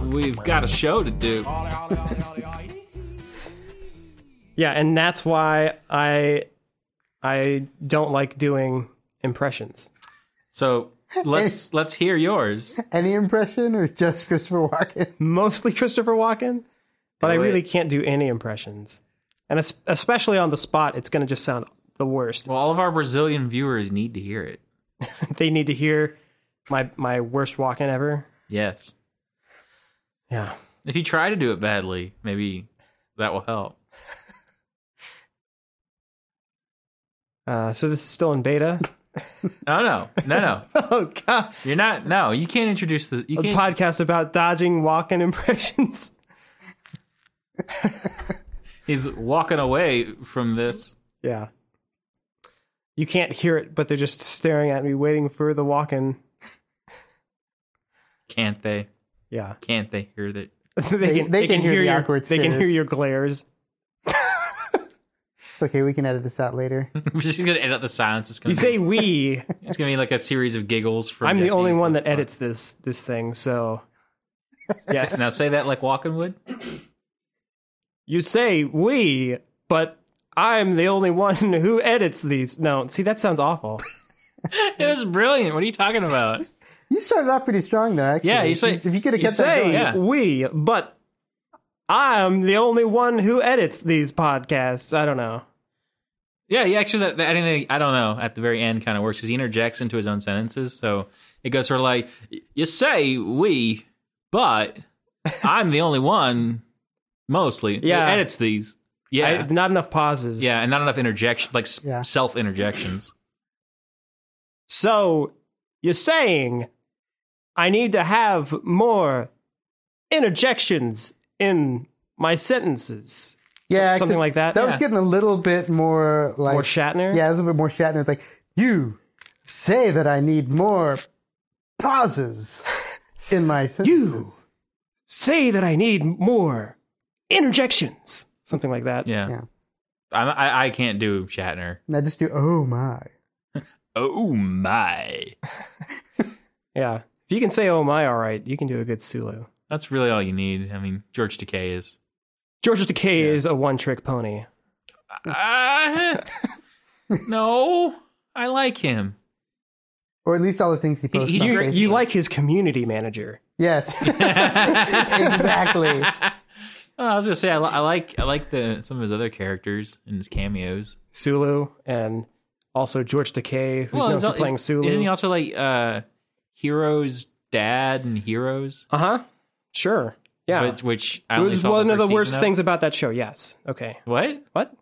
We've got a show to do. Yeah, and that's why I I don't like doing impressions. So let's let's hear yours. Any impression or just Christopher Walken? Mostly Christopher Walken, but I Do it. really can't do any impressions. And es- especially on the spot, it's going to just sound the worst. Well, all of our Brazilian viewers need to hear it. They need to hear my my worst Walken ever. Yes. Yeah. If you try to do it badly, maybe that will help. Uh, so this is still in beta. No, no, no, no. oh god. You're not. No, you can't introduce the. You A can't. podcast about dodging Walken impressions. he's walking away from this. yeah. You can't hear it, but they're just staring at me waiting for the Walken. Can't they? Yeah. Can't they hear that? they, they can hear the your, awkward They can hear stares. your glares. It's okay. We can edit this out later. We're just gonna edit the silence. It's gonna be, You say we. it's gonna be like a series of giggles. From I'm the Jesse's only one that laptop. edits this this thing, so yes. Now say that like Walken would. You say we, but I'm the only one who edits these. No, see that sounds awful. It was brilliant. What are you talking about? You started off pretty strong though. Actually, Yeah, you say- if you could have You kept that say going, yeah. we, but I'm the only one who edits these podcasts. I don't know. Yeah, yeah. Actually, that, that I, think, I don't know. At the very end, kind of works because he interjects into his own sentences. So it goes sort of like, "You say we, but I'm the only one." Mostly, It Yeah. edits these. Yeah, I, not enough pauses. yeah, and not enough interjection, like s Yeah. self interjections. So you're saying I need to have more interjections in my sentences. yeah, Something except like that, That was yeah. getting a little bit more like More Shatner? Yeah, it was a little bit more Shatner. It's like you say that I need more pauses in my sentences. Say that I need more interjections. Something like that. Yeah, Yeah. I'm, I I can't do Shatner. You. Now just do oh my. Oh my, Yeah. If you can say oh my all right, you can do a good Sulu. that's really all you need. I mean, George Takei is. Georgia Takei is a one trick pony. Uh, no, I like him. Or at least all the things he posts. He's on You, great. Facebook. you like his community manager. Yes. exactly. Oh, I was gonna say I, li- I like I like the some of his other characters and his cameos. Sulu and also George Takei, who's known he's for al- playing is- Sulu. Isn't he also like uh, Hero's dad and Heroes? uh huh. Sure. Yeah. which, which I it only was saw one of the first worst season things about that show. Yes. Okay. What? What?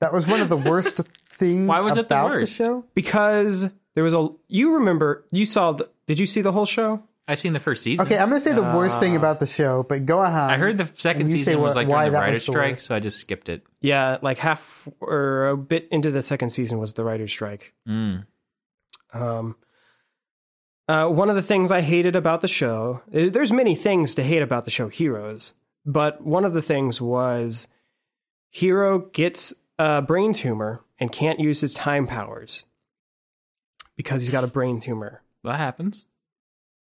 That was one of the worst things Why was it the about worst? show. Because there was a. You remember? You saw? The, did you see the whole show? I've seen the first season. Okay, I'm gonna say the worst thing about the show, but go on. Uh, I heard the second and you say season was wh- like why during the that writer's was the strike, worst. so I just skipped it. Yeah, like half or a bit into the second season was the writer's strike. Mm. Um, uh, one of the things I hated about the show, eh, there's many things to hate about the show Heroes, but one of the things was Hero gets a brain tumor and can't use his time powers because he's got a brain tumor. That happens.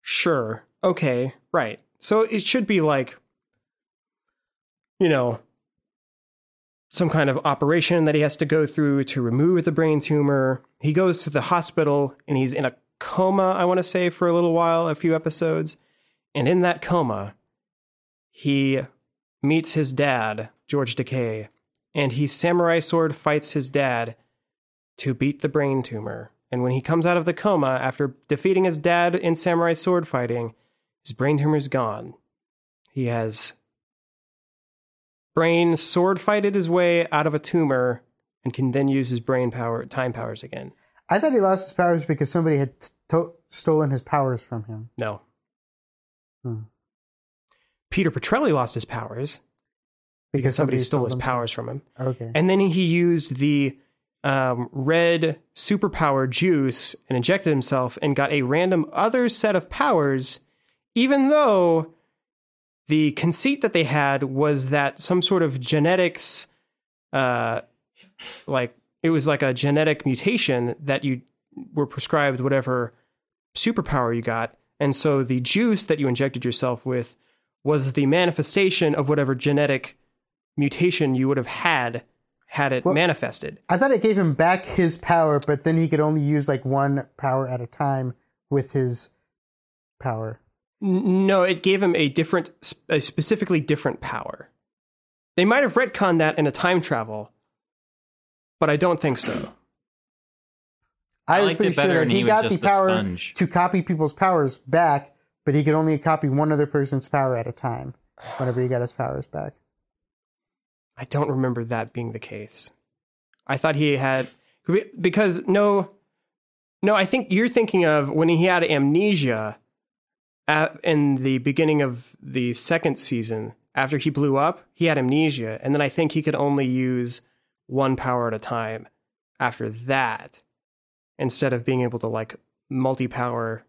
Sure. Okay. Right. So it should be like, you know, some kind of operation that he has to go through to remove the brain tumor. He goes to the hospital and he's in a coma, I want to say, for a little while, a few episodes. And in that coma, he meets his dad, George Decay, and he samurai sword fights his dad to beat the brain tumor. And when he comes out of the coma after defeating his dad in samurai sword fighting, his brain tumor's gone. He has brain sword fighted his way out of a tumor and can then use his brain power time powers again. I thought he lost his powers because somebody had t- to- stolen his powers from him. No. Hmm. Peter Petrelli lost his powers because somebody, stole his powers from him. powers. Okay. And then he used the um, red superpower juice and injected himself and got a random other set of powers, even though the conceit that they had was that some sort of genetics, uh, like it was like a genetic mutation that you were prescribed whatever superpower you got. And so the juice that you injected yourself with was the manifestation of whatever genetic mutation you would have had had it Well- manifested. I thought it gave him back his power, but then he could only use like one power at a time with his power. N- No, it gave him a different, sp- a specifically different power. They might have retconned that in a time travel, but I don't think so. I I, was liked pretty it sure better that and he, he was got just the a power sponge. to copy people's powers back, but he could only copy one other person's power at a time whenever he got his powers back. I don't remember that being the case. I thought he had because no, no. I think you're thinking of when he had amnesia at, in the beginning of the second season. After he blew up, he had amnesia, and then I think he could only use one power at a time. After that, instead of being able to like multi-power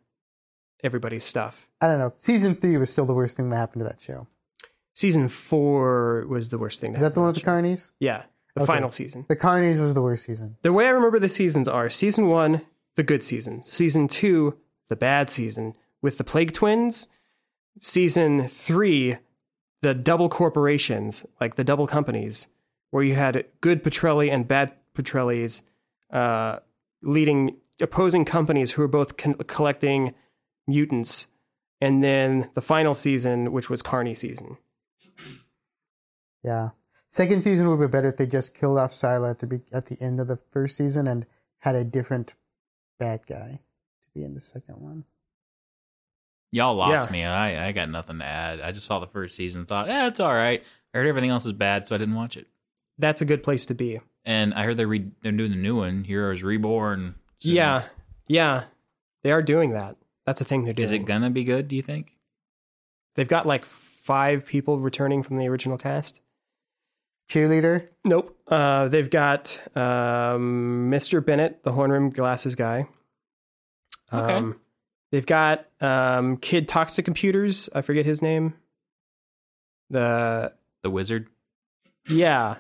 everybody's stuff. I don't know. Season three was still the worst thing that happened to that show. Season four was the worst thing. Is that the one with the carnies? yeah, the Okay. final season. The carnies was the worst season. The way I remember the seasons are season one, the good season, season two, the bad season with the Plague Twins, season three, the double corporations, like the double companies, where you had good Petrelli and bad Petrellis uh, leading opposing companies who were both con- collecting mutants. And then the final season, which was Carney season. Yeah. Second season would be better if they just killed off Sila at the be- at the end of the first season and had a different bad guy to be in the second one. Y'all lost Yeah. me. I, I got nothing to add. I just saw the first season and thought, eh, it's all right. I heard everything else was bad, so I didn't watch it. That's a good place to be. And I heard they're, re- they're doing the new one, Heroes Reborn. soon. Yeah. Yeah. They are doing that. That's a thing they're doing. Is it going to be good, do you think? They've got like five people returning from the original cast. Cheerleader, Nope. Uh, they've got um, Mr. Bennett, the horn rim glasses guy. Okay. Um, they've got um, Kid Toxic Computers. I forget his name. The The Wizard? yeah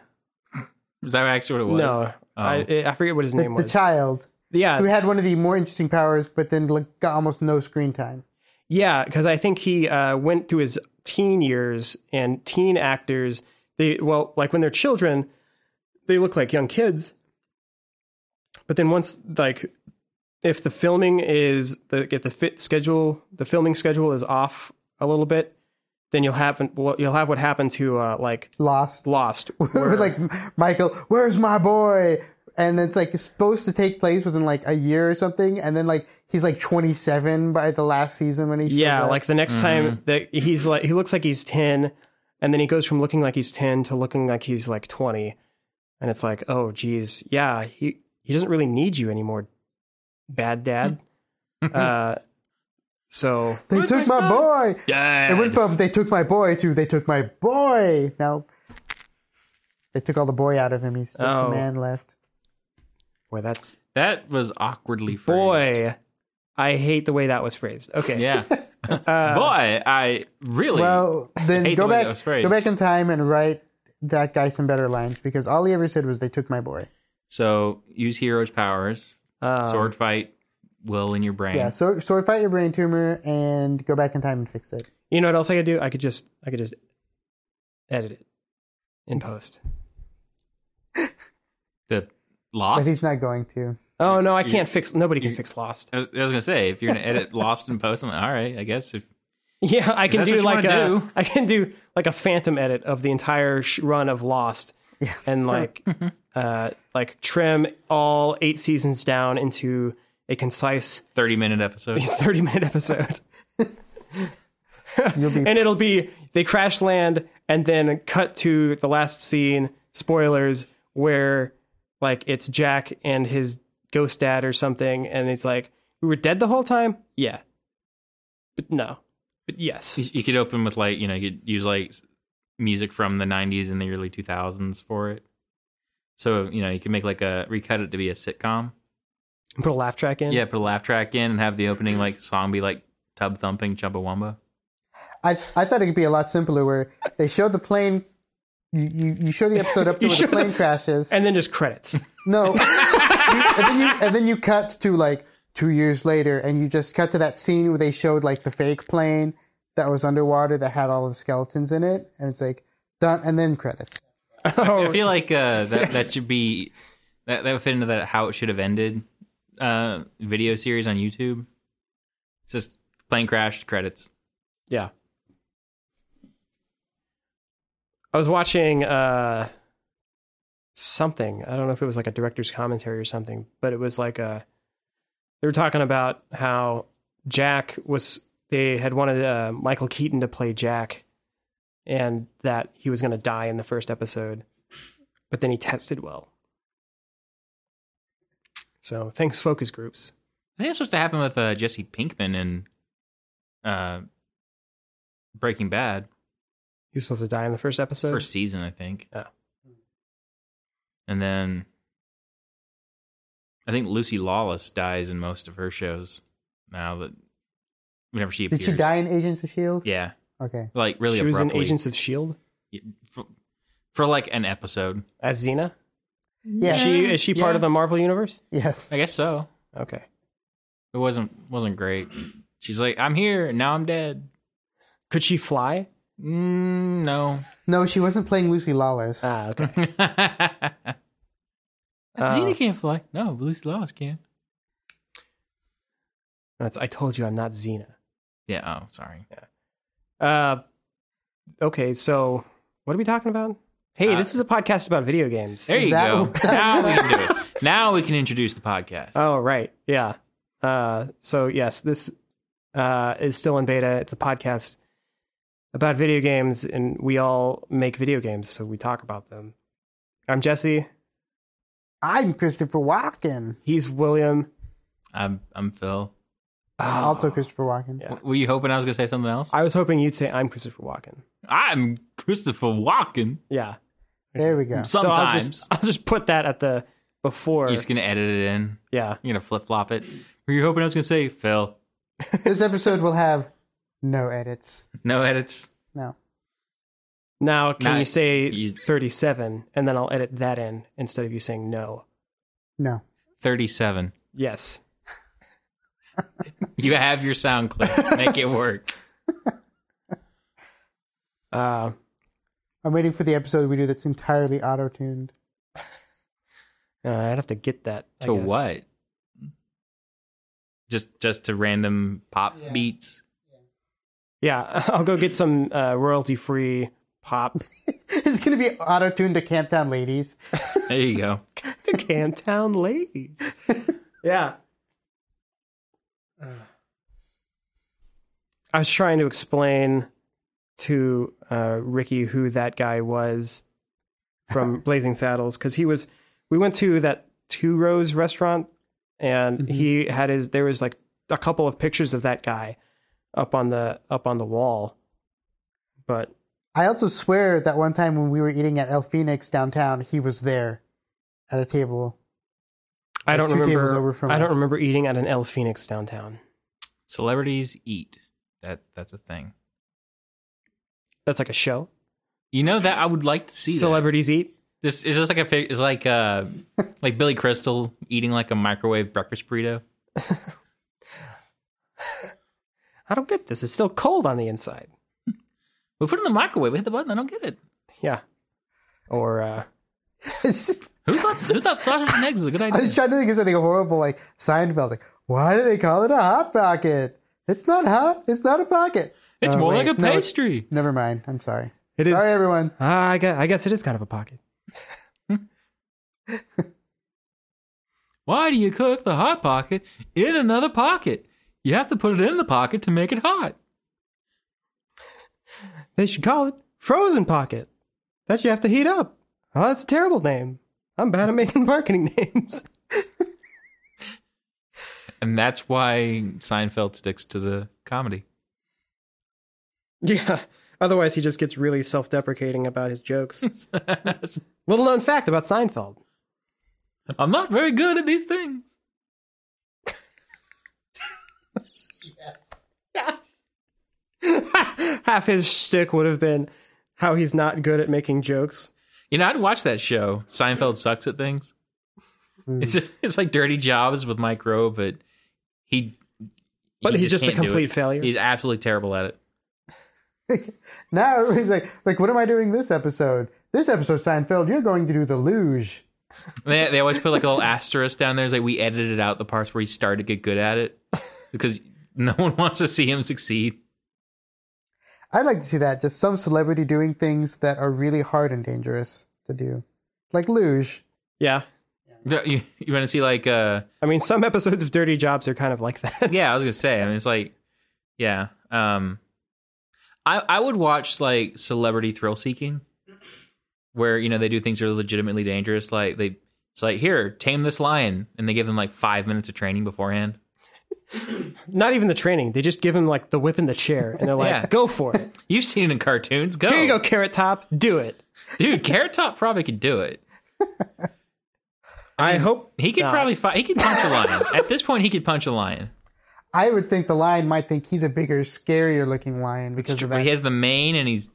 Is that actually what it was? no I Oh. I forget what his the, name the was. child yeah who had one of the more interesting powers, but then like, got almost no screen time. Yeah, because I think he uh, went through his teen years and teen actors. They well, like when they're children, they look like young kids. But then once, like, if the filming is the if the fit schedule, the filming schedule is off a little bit, then you'll have well, you'll have what happened to uh, like Lost. Lost. We're where- like Michael, where's my boy? And it's like it's supposed to take place within like a year or something, and then like he's like 27 by the last season when he shows yeah, up. like the next Mm-hmm. time that he's like he looks like he's ten, and then he goes from looking like he's ten to looking like he's like twenty, and it's like, oh geez, yeah, he he doesn't really need you anymore, bad dad. Hmm. uh, so they Where's took my my, boy. Dad. It went from they took my boy to they took my boy. Now they took all the boy out of him. He's just Oh. a man left. boy, that's that was awkwardly phrased. boy, I hate the way that was phrased. Okay, Yeah. boy, I really. Uh, Well, then hate go the way that back, was phrased. go back in time and write that guy some better lines because all he ever said was they took my boy. so use heroes' powers, um, sword fight, will in your brain. Yeah, so sword fight your brain tumor and go back in time and fix it. You know what else I could do? I could just I could just edit it in post. The But lost. he's not going to. Oh no, I can't fix. Nobody can fix Lost. I was, I was gonna say if you're gonna edit Lost and Post, I'm like, all right, I guess if Yeah, I can that's do what you like wanna a do. I can do like a phantom edit of the entire sh- run of Lost, and like uh like trim all eight seasons down into a concise 30 minute episode. thirty minute episode, You'll be and it'll be they crash land and then cut to the last scene spoilers where like it's Jack and his ghost dad or something, and it's like we were dead the whole time. Yeah, but no, but yes. You you could open with like you know you could use like s- music from the 90s and the early 2000s for it. So you know you can make like a recut it to be a sitcom. And put a laugh track in. Yeah, put a laugh track in and have the opening like song be like tub thumping Chumbawamba. I, I thought it could be a lot simpler where they show the plane. You, you, you show the episode up to You where show the plane the- crashes. and then just credits. no. You- and, then you, and then you cut to like two years later, and you just cut to that scene where they showed like the fake plane that was underwater that had all the skeletons in it, and it's like done, and then credits. Oh, I feel like uh, that that should be that that would fit into that how it should have ended uh, video series on YouTube. It's just plane crashed credits. Yeah. I was watching uh something. I don't know if it was like a director's commentary or something, but it was like a they were talking about how Jack was they had wanted uh, Michael Keaton to play Jack and that he was going to die in the first episode, but then he tested well. So, thanks focus groups. I think it's supposed to happen with uh, Jesse Pinkman and uh, Breaking Bad He was supposed to die in the first episode. first season, I think. Yeah. And then I think Lucy Lawless dies in most of her shows now that whenever she Did appears. she die in Agents of Shield? Yeah, E Okay. like really she was in abruptly Agents of Shield for, for like an episode. as Xena. Yes. Is she is she part Yeah. of the Marvel universe? Yes. I guess so. Okay. It wasn't wasn't great. She's like, I'm here and now I'm dead. Could she fly? Mm, no. No, she wasn't playing Lucy Lawless. Ah, okay. Hmm. Xena can't fly. No, Lucy Lawless can. That's I told you I'm not Xena. Yeah. Oh, sorry. Uh okay, so what are we talking about? Hey, Uh, this is a podcast about video games. There you that go. what- now we can do it. Now we can introduce the podcast. Oh, right. Yeah. Uh so yes, this uh is still in beta. It's a podcast about video games and we all make video games, so we talk about them. I'm Jesse, I'm Christopher Walken. he's William. I'm I'm Phil. Ah, Also Christopher Walken. Yeah. W- Were you hoping I was gonna say something else? I was hoping you'd say I'm Christopher Walken. I'm Christopher Walken. Yeah. There we go. So I'll Sometimes just I'll just put that at the before. you're just gonna edit it in. yeah. You're gonna flip flop it. Were you hoping I was gonna say Phil? This episode will have no edits. No edits. No. Now can Now you say you- 37 and then I'll edit that in instead of you saying no. No. Thirty-seven. Yes. You have your sound clip. Make it work. Uh I'm waiting for the episode we do that's entirely auto tuned. uh, I'd have to get that I to guess. what? Just just to random pop beats. Yeah, I'll go get some uh, royalty-free pop It's going to be auto tuned to Camp Town Ladies. There you go. to Camtown Ladies. yeah. I was trying to explain to uh, Ricky who that guy was from Blazing Saddles because he was. We went to that Two Rose restaurant, and Mm-hmm. he had his. There was like a couple of pictures of that guy up on the up on the wall, but I also swear that one time when we were eating at El Phoenix downtown, he was there at a table. I Like don't two remember. tables over from I don't us. remember eating at an El Phoenix downtown. Celebrities eat. That that's a thing. That's like a show. You know that I would like to see that. Celebrities eat. This is this like a pic- is like uh like Billy Crystal eating like a microwave breakfast burrito. I don't get this. It's still cold on the inside. We put it in the microwave. We hit the button. I don't get it. Yeah. Or uh, It's just- Who thought who thought sausage and eggs was a good I idea? was trying to think of something horrible like Seinfeld. Like, why do they call it a hot pocket? It's not hot. It's not a pocket. It's Oh, more wait, like a no, it's- pastry. Never mind. I'm sorry. it is. Sorry, everyone. Ah, I guess, I guess it is kind of a pocket. Why do you cook the hot pocket in another pocket? You have to put it in the pocket to make it hot. They should call it frozen pocket. That you have to heat up. Oh, that's a terrible name. I'm bad at making marketing names. And that's why Seinfeld sticks to the comedy. yeah. Otherwise, he just gets really self-deprecating about his jokes. Little known fact about Seinfeld. I'm not very good at these things. Half his shtick would have been how he's not good at making jokes. You know, I'd watch that show. Seinfeld sucks at things. It's just, it's like Dirty Jobs with Mike Rowe, but He, But he he's just a can't do it. complete failure. He's absolutely terrible at it. now everybody's like, like, what am I doing this episode? This episode, Seinfeld, you're going to do the luge. They, they always put like a little asterisk down there. It's like we edited out the parts where he started to get good at it because no one wants to see him succeed. I'd like to see that. Just some celebrity doing things that are really hard and dangerous to do, like luge. Yeah. The- You, you want to see like, uh, I mean, some episodes of Dirty Jobs are kind of like that. yeah, I was gonna say. I mean, it's like, yeah. Um, I I would watch like celebrity thrill seeking, where you know they do things that are legitimately dangerous. Like they, it's like here, tame this lion, and they give them like five minutes of training beforehand. Not even the training. They just give him like the whip and the chair and they're like, Yeah. go for it. You've seen it in cartoons. Go, Here you go, Oh. Carrot Top. Do it. dude. Carrot Top probably could do it. Hmm. I hope He could not. probably fight. He could punch a lion. At this point, he could punch a lion. I would think the lion might think he's a bigger, scarier looking lion because of But that. he has the mane, and he's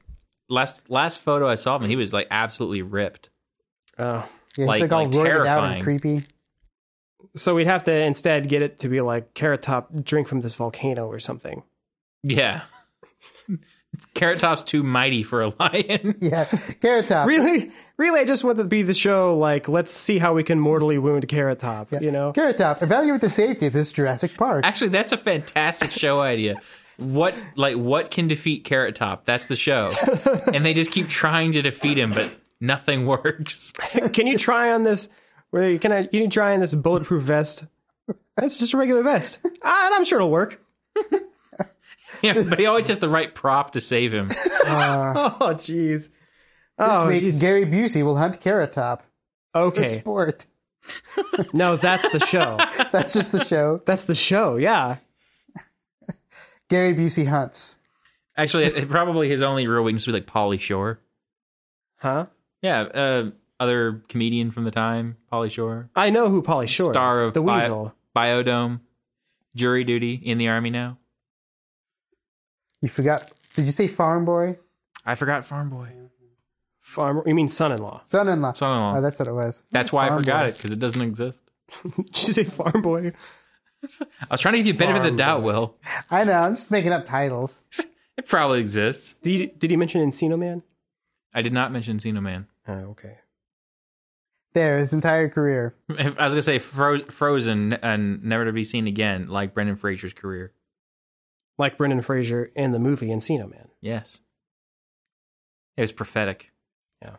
last last photo I saw of him, he was like absolutely ripped. Oh. Yeah, he's like- like, all like roided out terrifying. and creepy. So we'd have to instead get it to be like Carrot Top, drink from this volcano or something. Yeah, Carrot Top's too mighty for a lion. Yeah, carrot top. Really? Really, I just want to be the show like, let's see how we can mortally wound Carrot Top, you know? Carrot Top, evaluate the safety of this Jurassic Park. Actually, that's a fantastic show idea. What like what can defeat Carrot Top? That's the show, and they just keep trying to defeat him, but nothing works. can you try on this? Where you can I? Can you try on this bulletproof vest? That's just a regular vest. Ah, and I'm sure it'll work. Yeah, but he always has the right prop to save him. Oh, jeez. this Oh, week, jeez. Gary Busey will hunt Carrot Top for okay. sport. No, that's the show. That's just the show. That's the show. Yeah. Gary Busey hunts. Actually, it, probably his only real weakness would be like Polly Shore. Huh? Yeah, uh, other comedian from the time, Polly Shore, I know who Polly Shore star is. of the Bi- Weasel. Biodome, jury duty in the army now. You forgot. Did you say farm boy? I forgot Farm Boy. Farmer. You mean son-in-law? Son in law. Son-in-law. Oh, that's what it was. That's why I Farm forgot Boy. it because it doesn't exist. Did you say farm boy? I was trying to give you a benefit of the doubt. Farm Boy. Will I know. I'm just making up titles. it probably exists? Did he, did he mention Encino Man? I did not mention Xeno Man. Oh, okay. There, his entire career. I was gonna say Fro- Frozen and Never to Be Seen Again, like Brendan Fraser's career. Like Brendan Fraser in the movie Encino Man. Yes, it was prophetic. Yeah.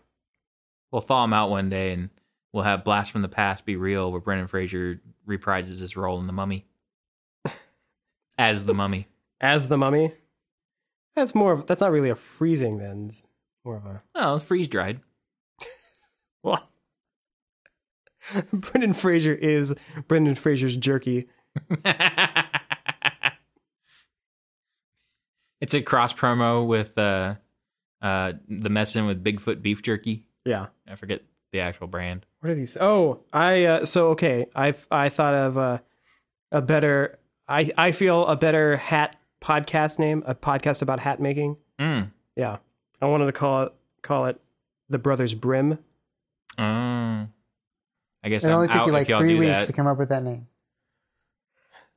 we'll thaw him out one day, and we'll have Blast from the Past be real, where Brendan Fraser reprises his role in the Mummy as the Mummy. As the mummy. That's more of. That's not really a freezing then. It's more of a. Oh, freeze dried. Well, Brendan Fraser is Brendan Fraser's jerky. it's a cross promo with uh, uh, the messing with Bigfoot beef jerky. Yeah. I forget the actual brand. What are these? Oh, I uh, so okay. I I thought of uh, a better. I I feel a better hat podcast name. A podcast about hat making. Mm. Yeah. I wanted to call it call it the Brothers Brim. Oh. I guess It I'm only took out you like if y'all three do weeks that. to come up with that name.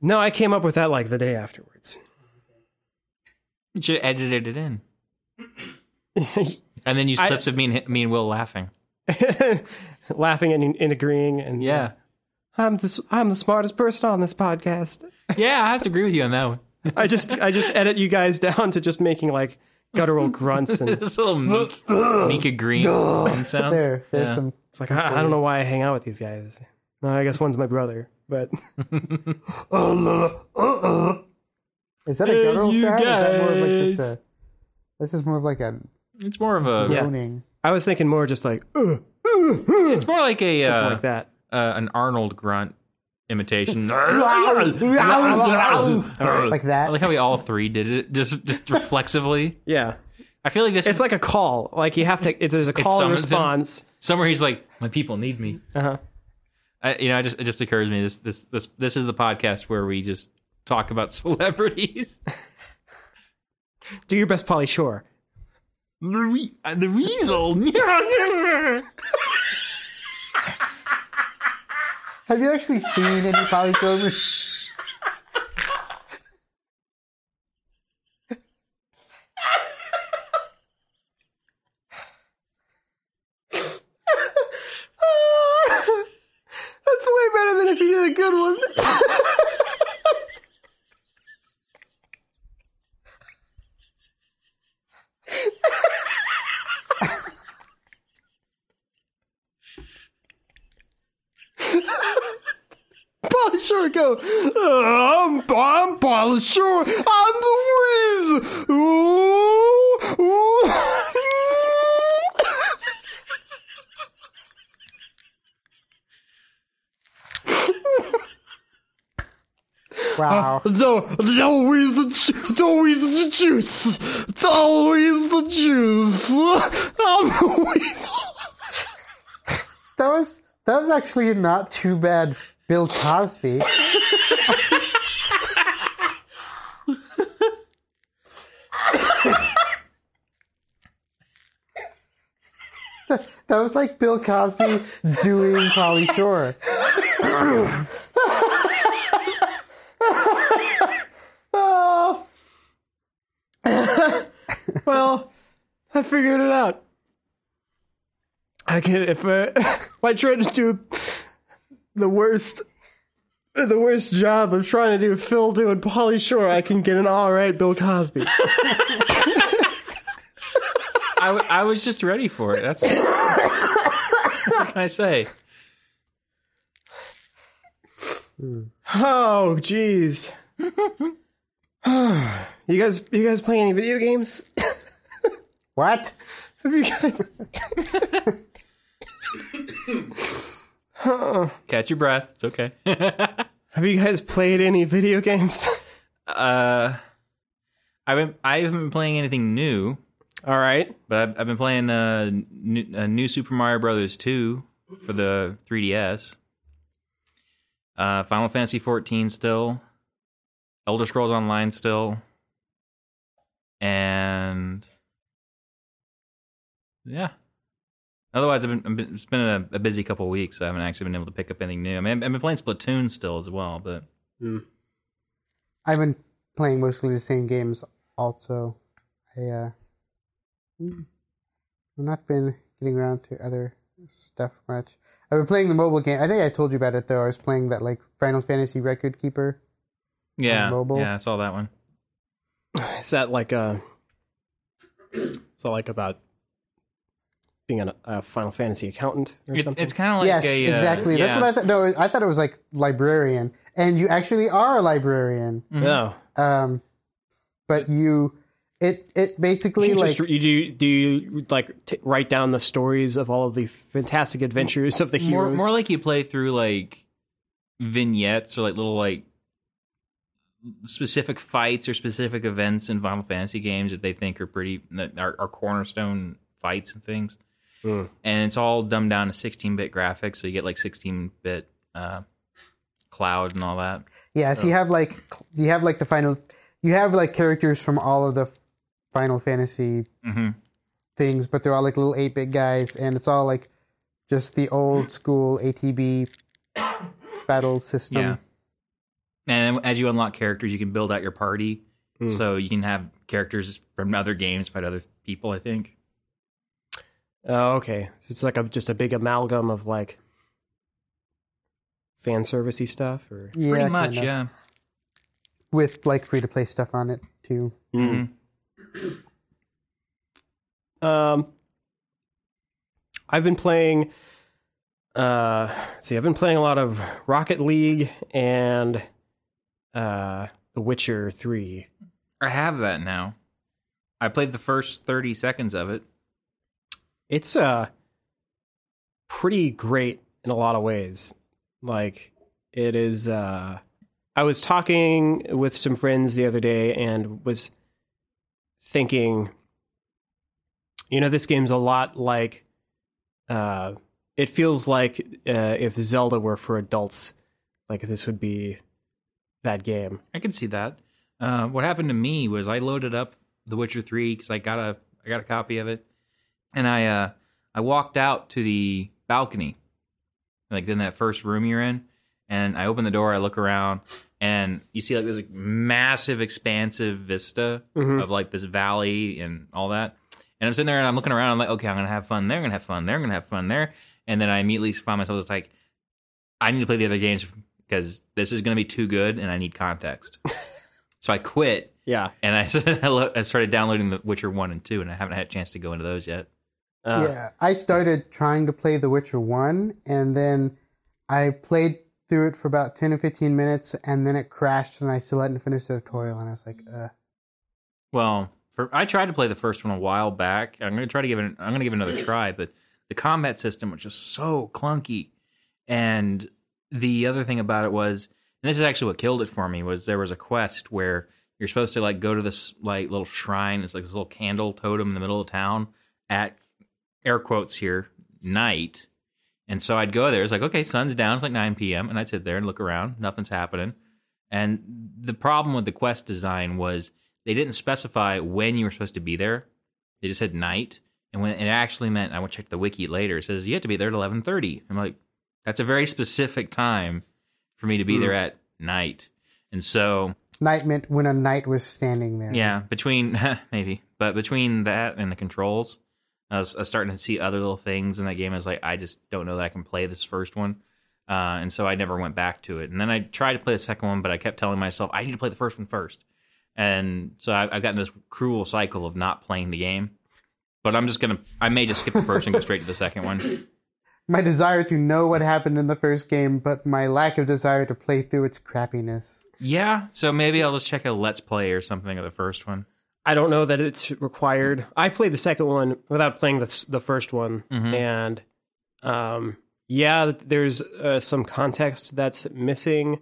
No, I came up with that like the day afterwards. You should have edited it in, and then use I- clips of me and me and Will laughing. Laughing and, and agreeing and uh, Yeah, I'm the s- I'm the smartest person on this podcast. yeah, I have to agree with you on that one. I just I just edit you guys down to just making like guttural grunts and this little meek, meek green sounds. There, there's Yeah. some. it's like I, I don't know why I hang out with these guys. No, I guess one's my brother, but Is that a guttural you sound? Is that more of like just guys. a. This is more of like a It's more of a. Yeah. moaning. I was thinking more just like "Ugh," It's more like a something uh, like that. uh, an Arnold grunt imitation. like I like that. how we all three did it just just reflexively. Yeah, I feel like this it's is like a call. Like you have to. It, there's a call and summons him. response. somewhere he's like, my people need me. Uh-huh. I, you know, I just it just occurs to me this this this this is the podcast where we just talk about celebrities. Do your best, Polly Shore. the, re- the weasel. Have you actually seen any polychrome? Polisher go. "Uh, I'm, I'm Polisher. I'm the Wiz. Ooh, ooh. Wow. No, it's always the, ju- it's always the juice. It's always the juice. I'm always. That was that was actually not too bad Bill Cosby. that, that was like Bill Cosby doing Polly Shore. Oh. well, I figured it out. I can if I, if I try to do the worst, the worst job of trying to do Phil doing Polly Shore, I can get an all right Bill Cosby. I, w- I was just ready for it. That's what can I say? Oh, jeez. you guys, you guys playing any video games? What? Have you guys? Catch your breath. It's okay. Have you guys played any video games? uh, I've been I haven't been playing anything new, All right. but I've, I've been playing uh, new, uh, new Super Mario Brothers two for the 3DS. Uh, Final Fantasy 14 still, Elder Scrolls Online still, and yeah. Otherwise, I've been, I've been it's been a, a busy couple of weeks. I haven't actually been able to pick up anything new. I mean, I've I've been playing Splatoon still as well, but I've been playing mostly the same games. Also, I uh, mm, I've not been getting around to other stuff much. I've been playing the mobile game. I think I told you about it though. I was playing that like Final Fantasy Record Keeper. yeah, mobile. yeah, I saw that one. Is that like a? Is that like about being an- a Final Fantasy accountant or It's, something? it's kind of like yes, a, uh, exactly. That's yeah. what I thought. No, I thought it was like librarian, and you actually are a librarian. Mm-hmm. Mm-hmm. no. Um, but you, it it basically You like just you do do you like t- write down the stories of all of the fantastic adventures of the more, heroes? more like you play through like vignettes or like little like specific fights or specific events in Final Fantasy games that they think are pretty that are, are cornerstone fights and things. Mm. And it's all dumbed down to 16-bit graphics, so you get like 16-bit uh, cloud and all that. Yes, Oh. you have like cl- you have like the final you have like characters from all of the f- Final Fantasy Mhm. things, but they're all like little eight bit guys, and it's all like just the old school ATB battle system. Yeah. And as you unlock characters, you can build out your party, so you can have characters from other games fight other people. I think. Oh, okay. It's like a just a big amalgam of like fan servicey stuff or Yeah, Pretty much, kinda. yeah. With like free to play stuff on it too. Hmm. Mm-hmm. um I've been playing uh let's see, I've been playing a lot of Rocket League and uh The Witcher 3. I have that now. I played the first 30 seconds of it. It's uh pretty great in a lot of ways. Like it is uh I was talking with some friends the other day and was thinking you know this game's a lot like uh it feels like uh if Zelda were for adults like this would be that game. I can see that. Uh, what happened to me was I loaded up The Witcher 3 because I got a I got a copy of it, and I uh, I walked out to the balcony, like in that first room you're in, and I open the door, I look around, and you see like this like, massive, expansive vista Mhm. of like this valley and all that. And I'm sitting there and I'm looking around. I'm like, okay, I'm gonna have fun there. I'm gonna have fun there. I'm gonna have fun there. And then I immediately find myself just like, I need to play the other games because this is going to be too good and I need context. so I quit Yeah. and I, said- I lo- I started downloading The Witcher 1 and 2, and I haven't had a chance to go into those yet. Uh, yeah, I started trying to play The Witcher 1, and then I played through it for about 10 or 15 minutes, and then it crashed, and I still hadn't finished the tutorial, and I was like, uh, Well, for, I tried to play the first one a while back. I'm going to try to give it. I'm going to give it another try, but the combat system was just so clunky. And the other thing about it was, and this is actually what killed it for me, was there was a quest where you're supposed to like go to this like little shrine. It's like this little candle totem in the middle of town at air quotes here night. And so I'd go there. It's like okay, sun's down. It's like 9 p.m. And I'd sit there and look around. Nothing's happening. And the problem with the quest design was they didn't specify when you were supposed to be there. They just said night, and when it actually meant I went check the wiki later. It says you have to be there at eleven thirty. I'm like, that's a very specific time for me to be there at night. And so, night meant when a knight was standing there. yeah, between maybe, but between that and the controls, I was, I was starting to see other little things in that game. I was like, I just don't know that I can play this first one. Uh, and so I never went back to it. And then I tried to play the second one, but I kept telling myself I need to play the first one first. And so I've, I've gotten this cruel cycle of not playing the game. But I'm just gonna, I may just skip the first and go straight to the second one. My desire to know what happened in the first game, but my lack of desire to play through its crappiness. Yeah, so maybe I'll just check a Let's Play or something of the first one. I don't know that it's required. I played the second one without playing the s- the first one, Mhm. and um, yeah, there's uh, some context that's missing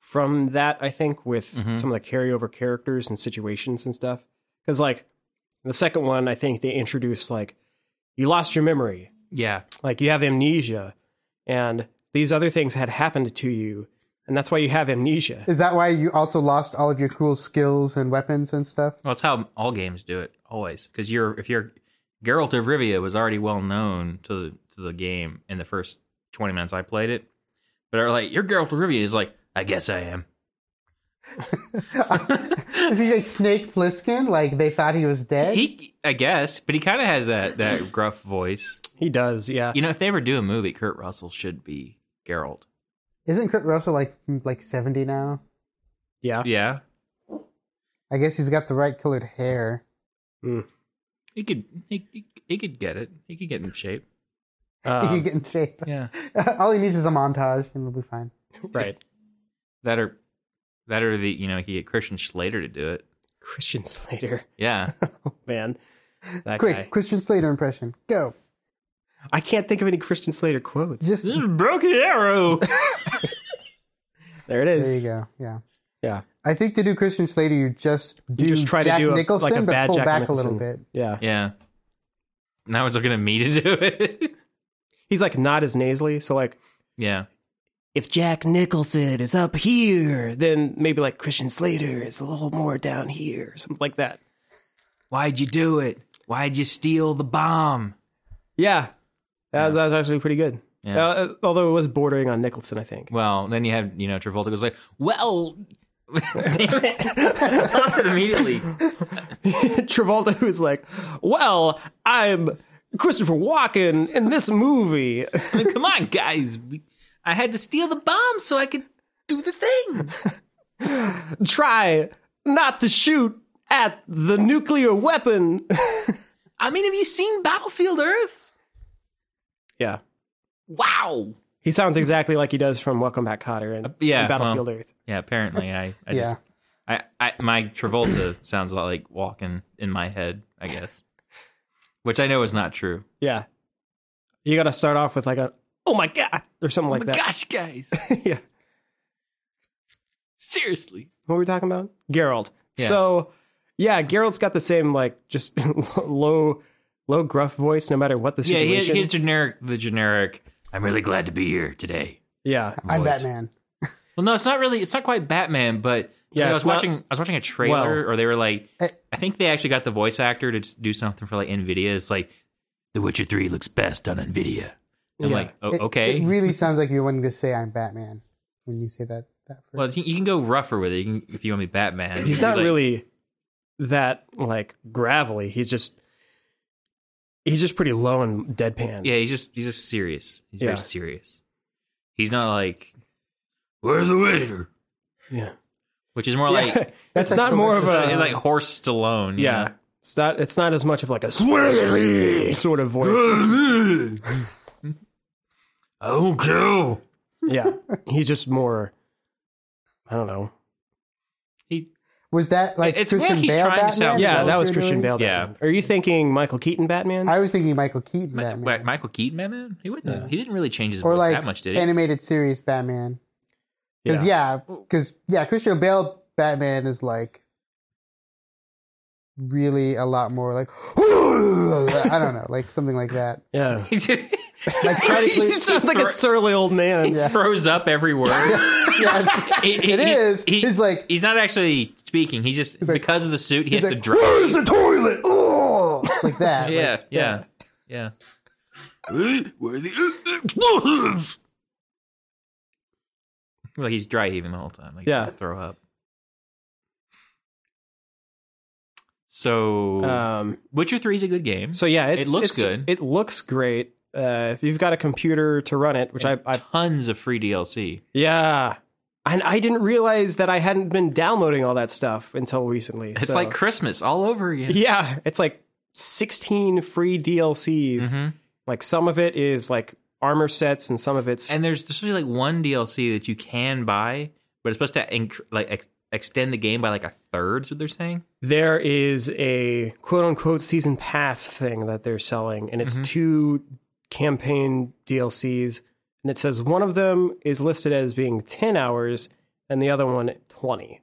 from that. I think with Mhm. some of the carryover characters and situations and stuff, because like the second one, I think they introduced like you lost your memory, Yeah, like you have amnesia, and these other things had happened to you, and that's why you have amnesia. Is that why you also lost all of your cool skills and weapons and stuff? Well, it's how all games do it always. Because you're if you're Geralt of Rivia was already well known to the, to the game in the first twenty minutes I played it, but are like you're Geralt of Rivia is like I guess I am. Is he like Snake Plissken? Like they thought he was dead? He I guess, but he kind of has that that gruff voice. He does, yeah. You know, if they ever do a movie, Kurt Russell should be Geralt. Isn't Kurt Russell like like 70 now? yeah, Yeah, I guess he's got the right colored hair. he could he, he, he could get it. He could get in shape. he Um, could get in shape. Yeah, All he needs is a montage and we'll be fine. right. that or that or the you know he could get Christian Slater to do it. Christian Slater. Yeah, man. That Quick, guy. Christian Slater impression. Go. I can't think of any Christian Slater quotes. Just this is broken arrow. There it there is. you go. Yeah. Yeah. I think to do Christian Slater, you just do just try to Jack do a- like a Nicholson, bad but pull Jack back a little Nicholson. bit. Yeah. Yeah. Now it's looking at me to do it. He's like not as nasally. So, like, yeah. if Jack Nicholson is up here, then maybe like Christian Slater is a little more down here, something like that. Why'd you do it? Why'd you steal the bomb? Yeah. That, Was, that was actually pretty good. Yeah. Uh, although it was bordering on Nicholson, I think. Well, then you have, you know, Travolta goes like, well, damn it. Lost it immediately. Travolta, who's like, well, I'm Christopher Walken in this movie. I mean, come on, guys. We, I had to steal the bomb so I could do the thing. Try not to shoot at the nuclear weapon. I mean, have you seen Battlefield Earth? yeah. Wow. He sounds exactly like he does from Welcome Back, Cotter and Uh, yeah, Battlefield well. Earth. Yeah, apparently I, I Yeah. just, I, I, my Travolta sounds a lot like walking in my head, I guess, which I know is not true. Yeah, you got to start off with like a "Oh my god" or something like my that. gosh, guys. yeah, Seriously. what were we talking about? Geralt. Yeah. So yeah, Geralt's got the same like just low, low gruff voice no matter what the Yeah, he, situation. he's generic. The generic. I'm really glad to be here today. yeah, I'm voice. Batman. Well, no, it's not really. It's not quite Batman, but Yeah, like, I it's was not- watching. I was watching a trailer, Well- or they were like, Eh. I think they actually got the voice actor to just do something for like Nvidia. It's like, The Witcher Three looks best on Nvidia. I'm Yeah. like, oh, It- okay. It really sounds like you wanted to say I'm Batman when you say that. that first. well, you you can go rougher with it. You can, if you want to be Batman, he's You can not be like- really that like gravelly. He's just he's just pretty low and deadpan. Yeah, he's just he's just serious. He's Yeah. very serious. He's not like Where's the waiter? Yeah. Which is more like That's, like not the more worst of a like, like horse Stallone. you yeah. It's not it's not as much of like a sweary sort of voice. know? I won't kill. yeah. He's just more I don't know. He Was that like It's Christian weird he's Bale trying to Batman? sound- Is Yeah, what that was you're Christian Bale. doing? Batman. Are you thinking Michael Keaton Batman? I was thinking Michael Keaton Ma- Batman. wait, Michael Keaton Batman? He wouldn't. Yeah. He didn't really change his or voice like that much, did he? animated series Batman. Because yeah, because yeah, Christian Bale Batman is like really a lot more like I don't know, like something like that. yeah. He just Like try to You sound like a surly old man. Yeah. throws up every word. yeah, it's just, He- he- it he- is. he- he's like He's not actually speaking. He's just like- because of the suit, he he's has like to drop. where's the toilet? Oh, like that. yeah, Like, yeah, yeah. Eh? Like he's dry heaving the whole time. Like he's Yeah. gonna throw up. So Uh, Um Witcher Three is a good game. so yeah, it's, looks it's- good. It looks great. Uh, if you've got a computer to run it, which I, I tons of free DLC. Yeah. And I didn't realize that I hadn't been downloading all that stuff until recently. It's so- like Christmas all over again. Yeah, it's like 16 free DLCs. Mhm. Like some of it is like armor sets and some of it's And there's there's supposed to be like one DLC that you can buy, but it's supposed to inc- like ex- extend the game by like a third. Is what they're saying. there is a quote unquote season pass thing that they're selling and it's Mhm. two campaign DLCs and it says one of them is listed as being 10 hours and the other one 20.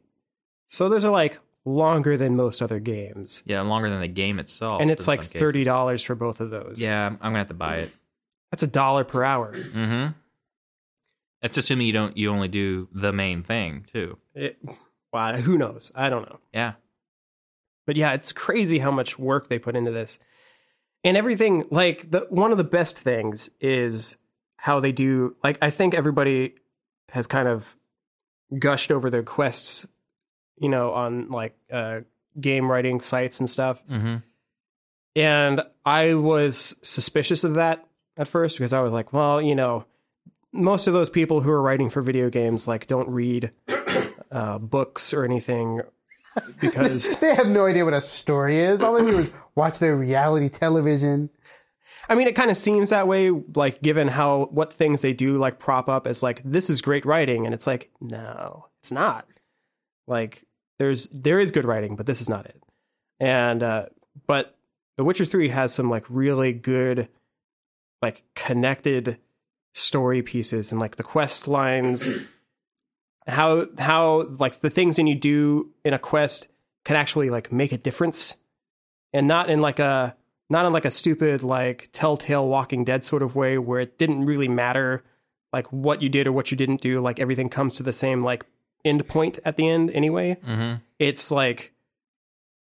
So those are like longer than most other games. Yeah, longer than the game itself. and in it's like some cases. thirty dollars for both of those. Yeah, I'm I'm gonna have to buy it. that's a dollar per hour. Mm-hmm. That's assuming you don't you only do the main thing too. It, wow, who knows? I don't know. Yeah. But yeah, it's crazy how much work they put into this, and everything. Like the one of the best things is how they do. Like I think everybody has kind of gushed over their quests, you know, on like uh, game writing sites and stuff. Mm-hmm. And I was suspicious of that at first because I was like, well, you know, most of those people who are writing for video games like don't read uh, books or anything because They have no idea what a story is. All they do is watch their reality television. I mean it kind of seems that way like given how what things they do like prop up as like this is great writing and it's like no it's not like there's there is good writing but this is not it and uh but The Witcher 3 has some like really good like connected story pieces and like the quest lines how how like the things that you do in a quest can actually like make a difference and not in like a not in like a stupid like telltale walking dead sort of way where it didn't really matter like what you did or what you didn't do like everything comes to the same like end point at the end anyway Mm-hmm. it's like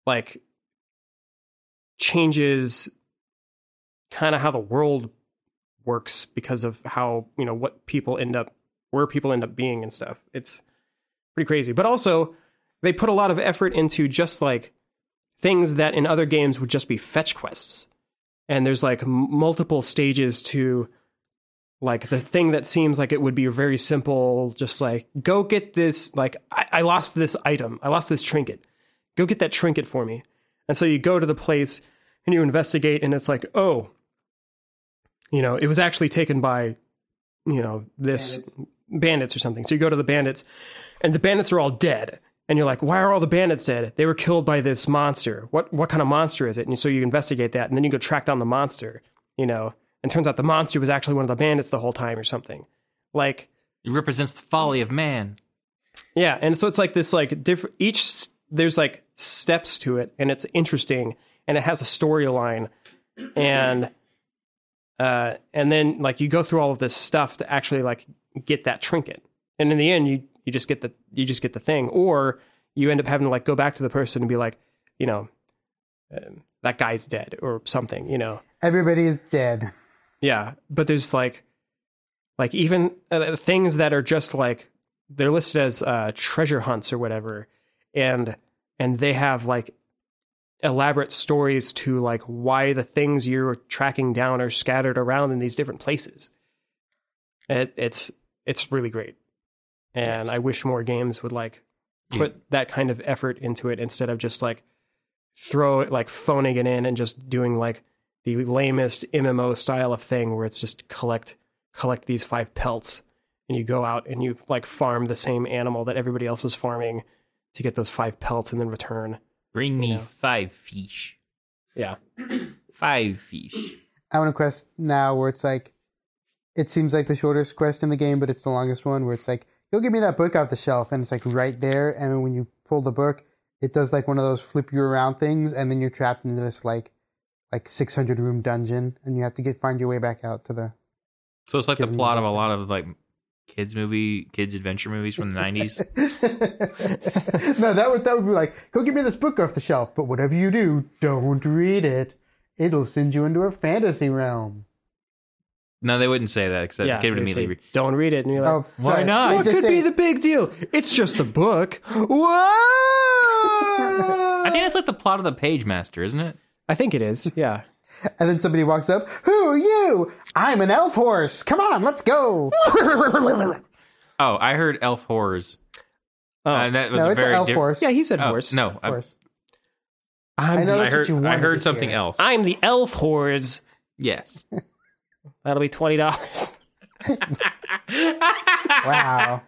like changes kind of how the world works because of how you know what people end up where people end up being and stuff it's pretty crazy but also they put a lot of effort into just like things that in other games would just be fetch quests and there's like m- multiple stages to like the thing that seems like it would be very simple just like go get this like I, I lost this item i lost this trinket go get that trinket for me and so you go to the place and you investigate and it's like oh you know it was actually taken by you know this bandits, or something so you go to the bandits and the bandits are all dead and you're like why are all the bandits dead they were killed by this monster what what kind of monster is it and so you investigate that and then you go track down the monster you know and turns out the monster was actually one of the bandits the whole time or something like It represents the folly of man. yeah and so it's like this like diff- each s- there's like steps to it and it's interesting and it has a storyline and uh and then like you go through all of this stuff to actually like get that trinket and in the end you you just get the you just get the thing or you end up having to like go back to the person and be like you know um, that guy's dead or something you know Everybody is dead. yeah, but there's like, like even uh, things that are just like they're listed as uh, treasure hunts or whatever, and and they have like elaborate stories to like why the things you're tracking down are scattered around in these different places. It, it's it's really great. And Yes. I wish more games would like You- put that kind of effort into it instead of just like throw it like phoning it in and just doing like the lamest MMO style of thing where it's just collect collect these five pelts and you go out and you like farm the same animal that everybody else is farming to get those five pelts and then return. Bring me Yeah. five fish. Yeah. Five fish. I want a quest now where it's like, it seems like the shortest quest in the game, but it's the longest one. Where it's like, you'll give me that book off the shelf, and it's like right there. And when you pull the book, it does like one of those flip you around things, and then you're trapped into this like, like 600 room dungeon, and you have to get find your way back out to the. So it's like the Give me plot of a that. lot of like kids movie, kids adventure movies from the nineties. no, that would that would be like, go give me this book off the shelf, but whatever you do, don't read it. It'll send you into a fantasy realm. no, they wouldn't say that because that yeah. kid would it's immediately. like, Don't read it and you're like Oh, Why sorry. not? They What just could say- be the big deal? It's just a book. Whoa! I think that's like the plot of the Page Master, isn't it? I think it is. Yeah. And then somebody walks up, Who are you? I'm an elf horse. Come on, let's go. Oh, I heard Elf Horrors. Oh. Uh, that was no, a it's an very elf diff- horse. yeah, he said Oh, horse. No, I, horse. I'm, I know the, I heard. That's what you I wanted heard to something hear. else. I'm the elf hordes. yes. That'll be twenty dollars. Wow.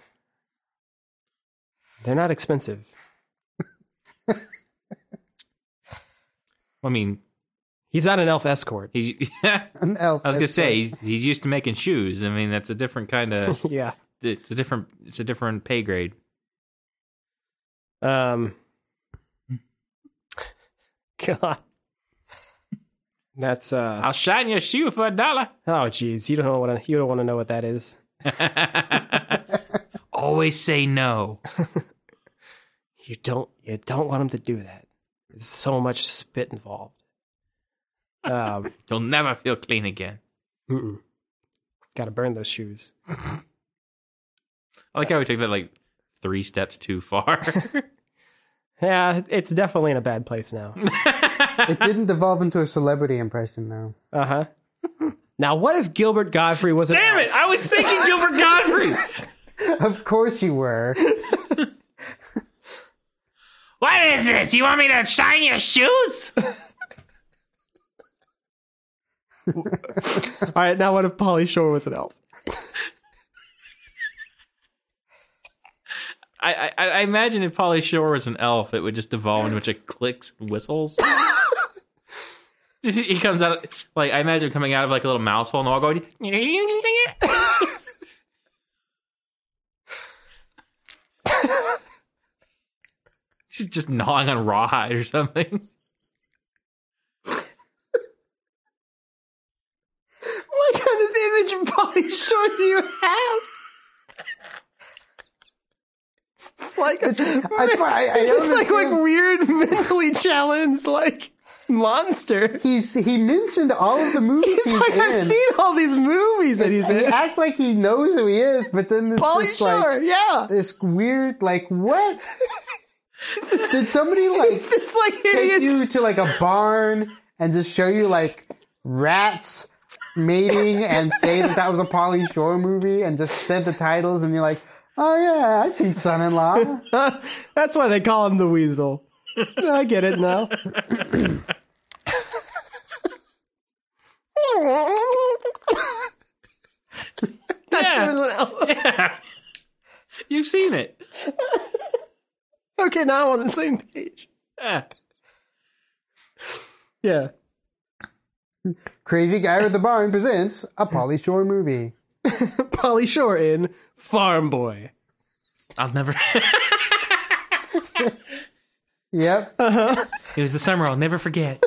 They're not expensive. I mean, He's not an elf escort. he's. I an elf. was gonna is say he's, he's used to making shoes. I mean, that's a different kind of. yeah. It's a different. It's a different pay grade. Um. God. That's uh. I'll shine your shoe for a dollar. Oh, geez, you don't want to. You don't want to know what that is. Always say no. You don't. You don't want him to do that. There's so much spit involved. Um. You'll never feel clean again. Mm-mm. Gotta burn those shoes. I like how we took that like three steps too far. Yeah, it's definitely in a bad place now. It didn't devolve into a celebrity impression, though. Uh huh. now, what if Gilbert Godfrey was an Damn it! I was thinking Gilbert Godfrey. Of course you were. What is this? You want me to shine your shoes? All right, now what if Polly Shore was an elf? I, I, I imagine if Polly Shore was an elf, it would just devolve into a bunch of clicks and whistles. Just- he comes out like I imagine him coming out of like a little mouse hole and all going. She's just gnawing on rawhide or something. What kind of image of Polly Shore do you have? It's like It's, I, I, I it's like like understand. weird mentally challenged like monster. he's he mentioned all of the movies He's, he's, like in. I've seen all these movies that he's he in. acts like he knows who he is, but then this Polly just, like Shore, yeah. this weird like what? Did somebody like It's just like take you idiots. to like a barn and just show you like rats mating and say that that was a Polly Shore movie and just said the titles and you're like, oh yeah, I've seen Son-in-Law. That's why they call him the Weasel. I get it now. That's Yeah. there's an elf. You've seen it. Okay, now I'm on the same page. Yeah. Yeah. Crazy guy with the barn presents a Polly Shore movie. Polly Shore in Farm Boy. I'll never. Yep. it was the summer I'll never forget.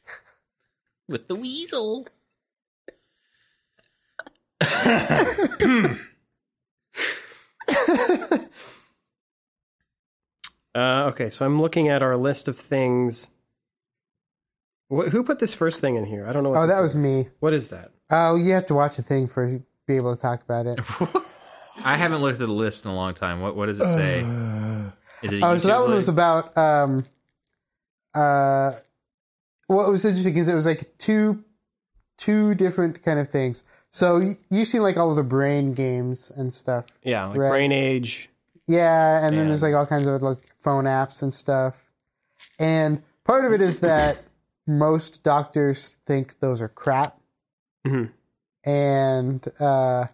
With the weasel. Uh, okay, so I'm looking at our list of things. Wh- who put this first thing in here? I don't know. What Oh, this that was is. me. What is that? Oh, you have to watch the thing for be able to talk about it. I haven't looked at the list in a long time. What what does it say? Is it a Oh, so that YouTube one link? was about um uh what was interesting is it was like two two different kind of things. So y- you've seen like all of the brain games and stuff. Yeah, like Right. Brain Age. Yeah, and then And- there's like all kinds of like phone apps and stuff. And part of it is that most doctors think those are crap, Mhm. and uh,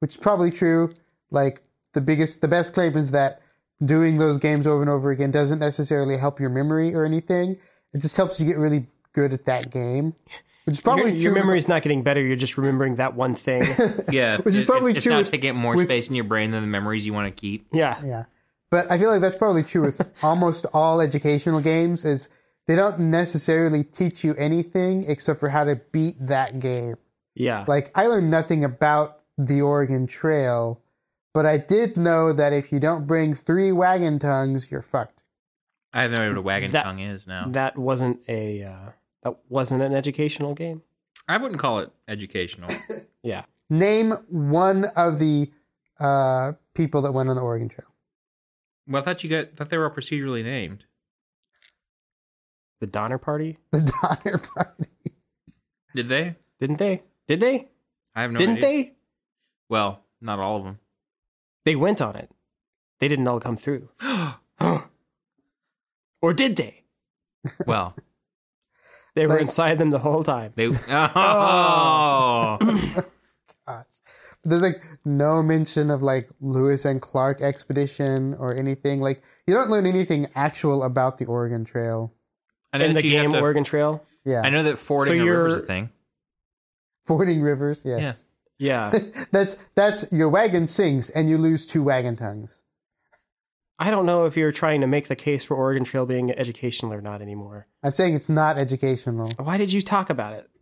which is probably true. Like the biggest, the best claim is that doing those games over and over again doesn't necessarily help your memory or anything. It just helps you get really good at that game, which is your, probably true. your with- memory's not getting better. You're just remembering that one thing. Yeah, is it- it- probably it's true not with- taking up more with- space in your brain than the memories you want to keep. yeah. Yeah. But I feel like that's probably true with almost all educational games is they don't necessarily teach you anything except for how to beat that game. Yeah. Like I learned nothing about the Oregon Trail, but I did know that if you don't bring three wagon tongues, you're fucked. I have no idea what a wagon That- tongue is now. that wasn't a uh, that wasn't an educational game. I wouldn't call it educational. Yeah. Name one of the uh, people that went on the Oregon Trail. well, I thought you got thought they were all procedurally named. The Donner Party? The Donner Party. Did they? Didn't they? Did they? I have no. Didn't idea. they? Well, not all of them. They went on it. They didn't all come through. or did they? Well, They were Like- inside them the whole time. they. Oh, There's like no mention of like Lewis and Clark expedition or anything. Like you don't learn anything actual about the Oregon Trail. I know In that the you have game to- Oregon Trail? Yeah. I know that fording a So river's a you're- thing. Fording rivers, yes. Yeah. That's that's your wagon sinks and you lose two wagon tongues. I don't know if you're trying to make the case for Oregon Trail being educational or not anymore. I'm saying it's not educational. Why did you talk about it?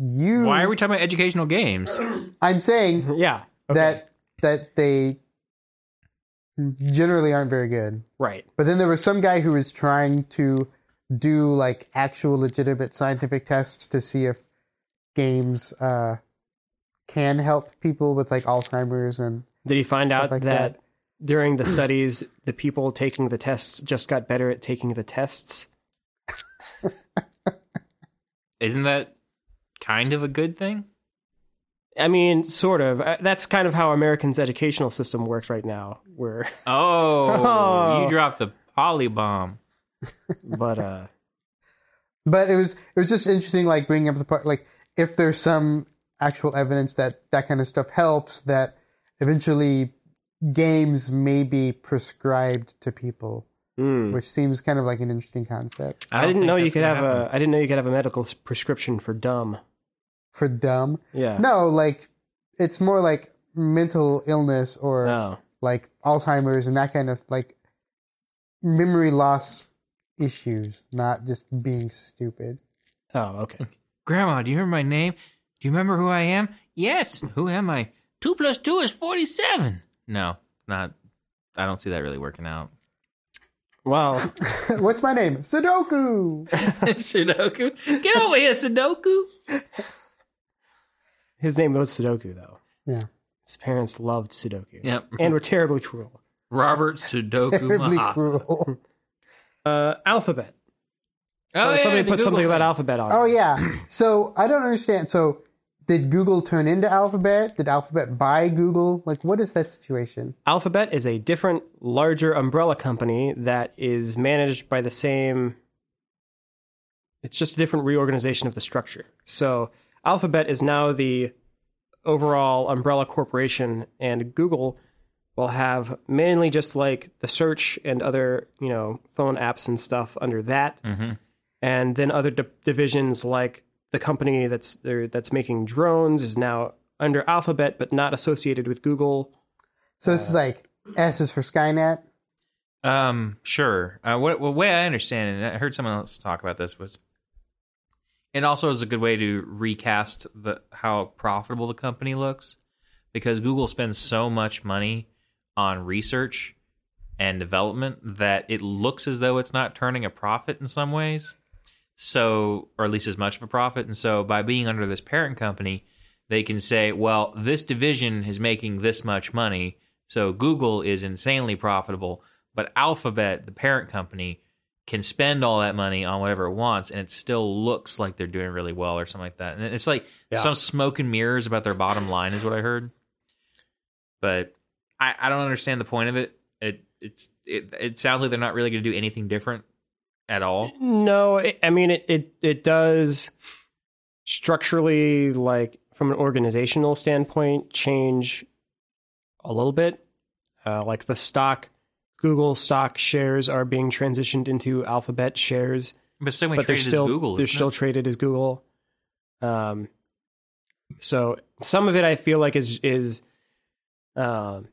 You Why are we talking about educational games? I'm saying Yeah. Okay. that that they generally aren't very good. right. But then there was some guy who was trying to do like actual legitimate scientific tests to see if games uh, can help people with like Alzheimer's and Did he find Stuff out like that, during the studies, the people taking the tests just got better at taking the tests? Isn't that kind of a good thing? I mean, sort of. Uh, That's kind of how Americans' educational system works right now. Where, Oh, Oh. you dropped the poly bomb. but uh, but it was it was just interesting like bringing up the part like if there's some actual evidence that that kind of stuff helps that eventually games may be prescribed to people mm. which seems kind of like an interesting concept I, don't didn't think know you that's could gonna have happen. a. I didn't know you could have a medical s- prescription for dumb. for dumb Yeah. no like it's more like mental illness or No. like alzheimer's and that kind of like memory loss issues not just being stupid Oh, okay. Grandma, do you remember my name? Do you remember who I am? Yes. Who am I? Two plus two is forty-seven. No, not. I don't see that really working out. Well, what's my name sudoku Sudoku, get over here, Sudoku. his name was Sudoku, though. yeah His parents loved Sudoku. Yep. And were terribly cruel. Robert Sudoku. terribly Maha. cruel Uh, alphabet. Oh, yeah, Somebody the put Google something about thing. alphabet on. Oh it. yeah. So I don't understand. So did Google turn into Alphabet? Did Alphabet buy Google? Like, what is that situation? Alphabet is a different, larger umbrella company that is managed by the same. It's just a different reorganization of the structure. So Alphabet is now the overall umbrella corporation, and Google will have mainly just like the search and other, you know, phone apps and stuff under that, Mhm. and then other di- divisions like the company that's there that's making drones is now under Alphabet, but not associated with Google. So this is like S is for Skynet. Um, sure. Uh, what, what way I understand it, and I heard someone else talk about this was, it also is a good way to recast the how profitable the company looks, because Google spends so much money on research and development that it looks as though it's not turning a profit in some ways. So, or at least as much of a profit. And so, by being under this parent company, they can say, well, this division is making this much money. So, Google is insanely profitable, but Alphabet, the parent company, can spend all that money on whatever it wants and it still looks like they're doing really well or something like that. And it's like Yeah. some smoke and mirrors about their bottom line is what I heard. But I, I don't understand the point of it. It it's it, it sounds like they're not really going to do anything different at all. No, it, I mean it, it. It does structurally, like from an organizational standpoint, change a little bit. Uh, like the stock, Google stock shares are being transitioned into Alphabet shares, But so many but they're traded still as Google. they're isn't still it? traded as Google. Um, so some of it I feel like is is um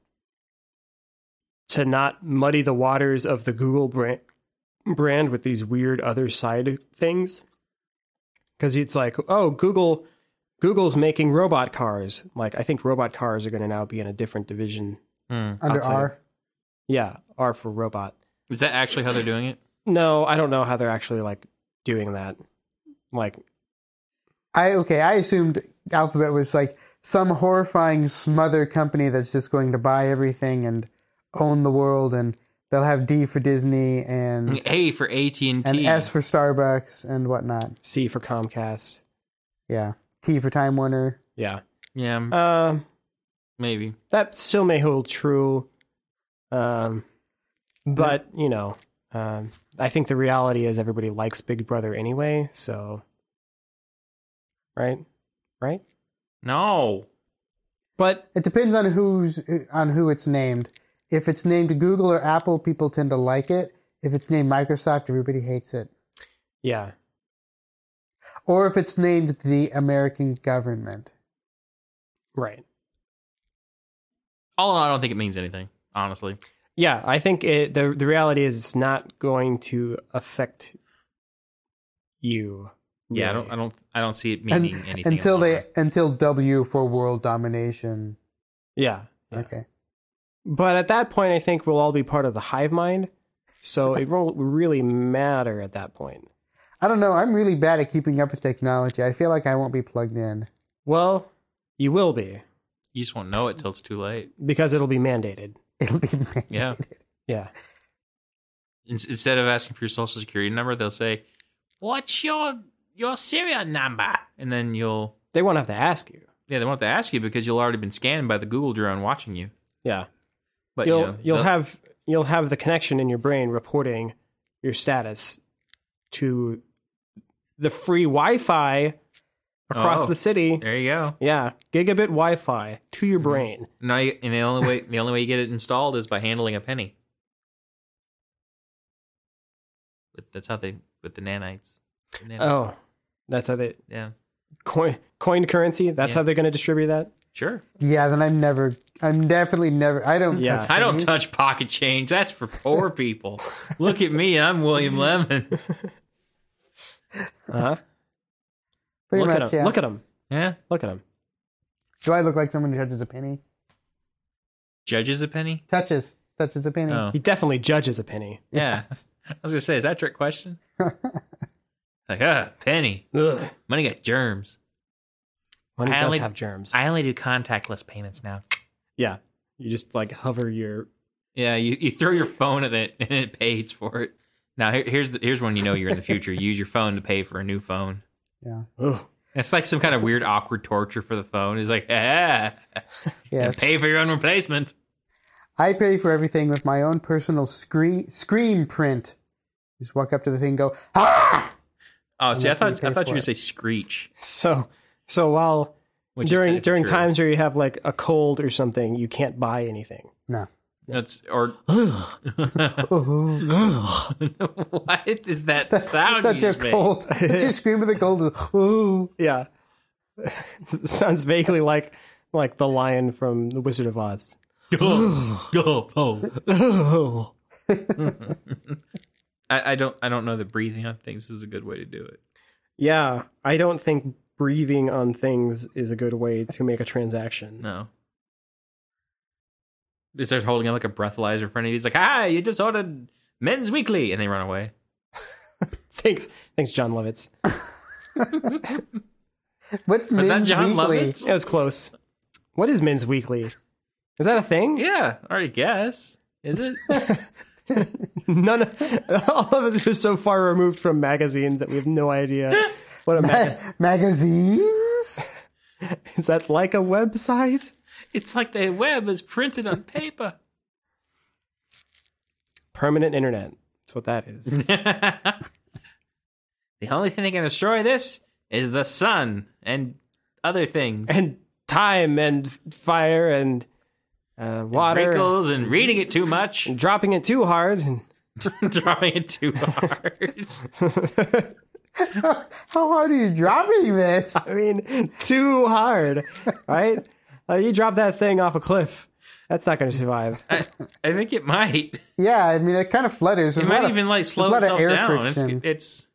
to not muddy the waters of the Google brand brand with these weird other side things because it's like oh Google Google's making robot cars like I think robot cars are going to now be in a different division Hmm. Under outside. R. yeah R for robot Is that actually how they're doing it? no I don't know how they're actually like doing that like I okay. I assumed Alphabet was like some horrifying smother company that's just going to buy everything and own the world, and they'll have D for Disney and Mm-hmm. A for AT Mm, and and T. S for Starbucks and whatnot. C for Comcast Yeah, T for Time Warner. Yeah. Yeah, m- Um, maybe. that still may hold true. Um, but, you know, um, I think the reality is everybody likes Big Brother anyway, so. Right? Right? No. But It depends on who's on who it's named. If it's named Google or Apple, people tend to like it. If it's named Microsoft, everybody hates it. yeah. Or if it's named the American government. Right. All in all, I don't think it means anything, honestly. Yeah, I think it, the the reality is it's not going to affect you. Yeah, I really. don't, I don't, I don't see it And- meaning anything until in the long they until W for world domination. Yeah. yeah. Okay. But at that point, I think we'll all be part of the hive mind, so it won't really matter at that point. I don't know. I'm really bad at keeping up with technology. I feel like I won't be plugged in. Well, you will be You just won't know it till it's too late. because it'll be mandated. It'll be Yeah. Yeah. In- instead of asking for your social security number, they'll say, "What's your your serial number?" And then you'll They won't have to ask you. yeah, they won't have to ask you because you'll already been scanned by the Google drone watching you. Yeah. But you'll you know, you'll they'll- have you'll have the connection in your brain reporting your status to the free Wi-Fi across Oh. the city. there you go. Yeah, gigabit Wi-Fi to your brain. Now you, and the only way the only way you get it installed is by handling a penny. But that's how they with the nanites. The nanites. Oh, that's how they yeah, coin coined currency. That's Yeah. how they're going to distribute that. sure. Yeah, then I'm never I'm definitely never I don't Yeah. touch I don't pennies. touch pocket change. That's for poor people. Look at me, I'm William Lemon. Uh huh. pretty look much at them. yeah. Look at them. Yeah, Look at them. Do I look like someone who touches a penny? judges a penny. Touches. Touches a penny. Oh, He definitely judges a penny. yeah. I was gonna say, is that a trick question? like, ah, penny. Ugh. Money got germs. Money I does only- have germs. I only do contactless payments now. yeah, you just like hover your Yeah, you, you throw your phone at it and it pays for it. Now here, here's the, here's when you know you're in the future. You use your phone to pay for a new phone. Ugh. It's like some kind of weird, awkward torture for the phone. It's like, ah, and Yes. pay for your own replacement. I pay for everything with my own personal scree- scream print. Just walk up to the thing and go, ah! Oh, see, I that's how you thought I pay thought for you were gonna it. say screech. So, so while Which is during technically during true. times where you have like a cold or something, you can't buy anything. No. that's or Ooh. what is that sound? That's you your just made? cold. It's your scream of the cold. is, Ooh. Yeah, sounds vaguely like like the lion from The Wizard of Oz. Go, go, oh. yeah, I, I don't I don't know the breathing on things is a good way to do it. I don't think breathing on things is a good way to make a transaction. No. They start holding up like a breathalyzer in front of you. He's like, "Hi, you just ordered Men's Weekly," and they run away. Thanks, thanks, John Lovitz. What's Was that Men's John Weekly? Lovitz? It was close. What is Men's Weekly? Is that a thing? Yeah, I already guess. Is it? None, of, all of us are so far removed from magazines that we have no idea what a mag- Magazines? is that like a website? It's like the web is printed on paper. Permanent internet. That's what that is. the only thing that can destroy this is the sun and other things. and time and fire and uh, water. Wrinkles and reading it too much, and dropping it too hard and dropping it too hard. How hard are you dropping this? I mean, too hard, right? Uh, you drop that thing off a cliff. That's not going to survive. I, I think it might. Yeah, I mean, it kind of flutters. It There's a lot might of- even like slow there's a itself lot of air down. It's, friction. it's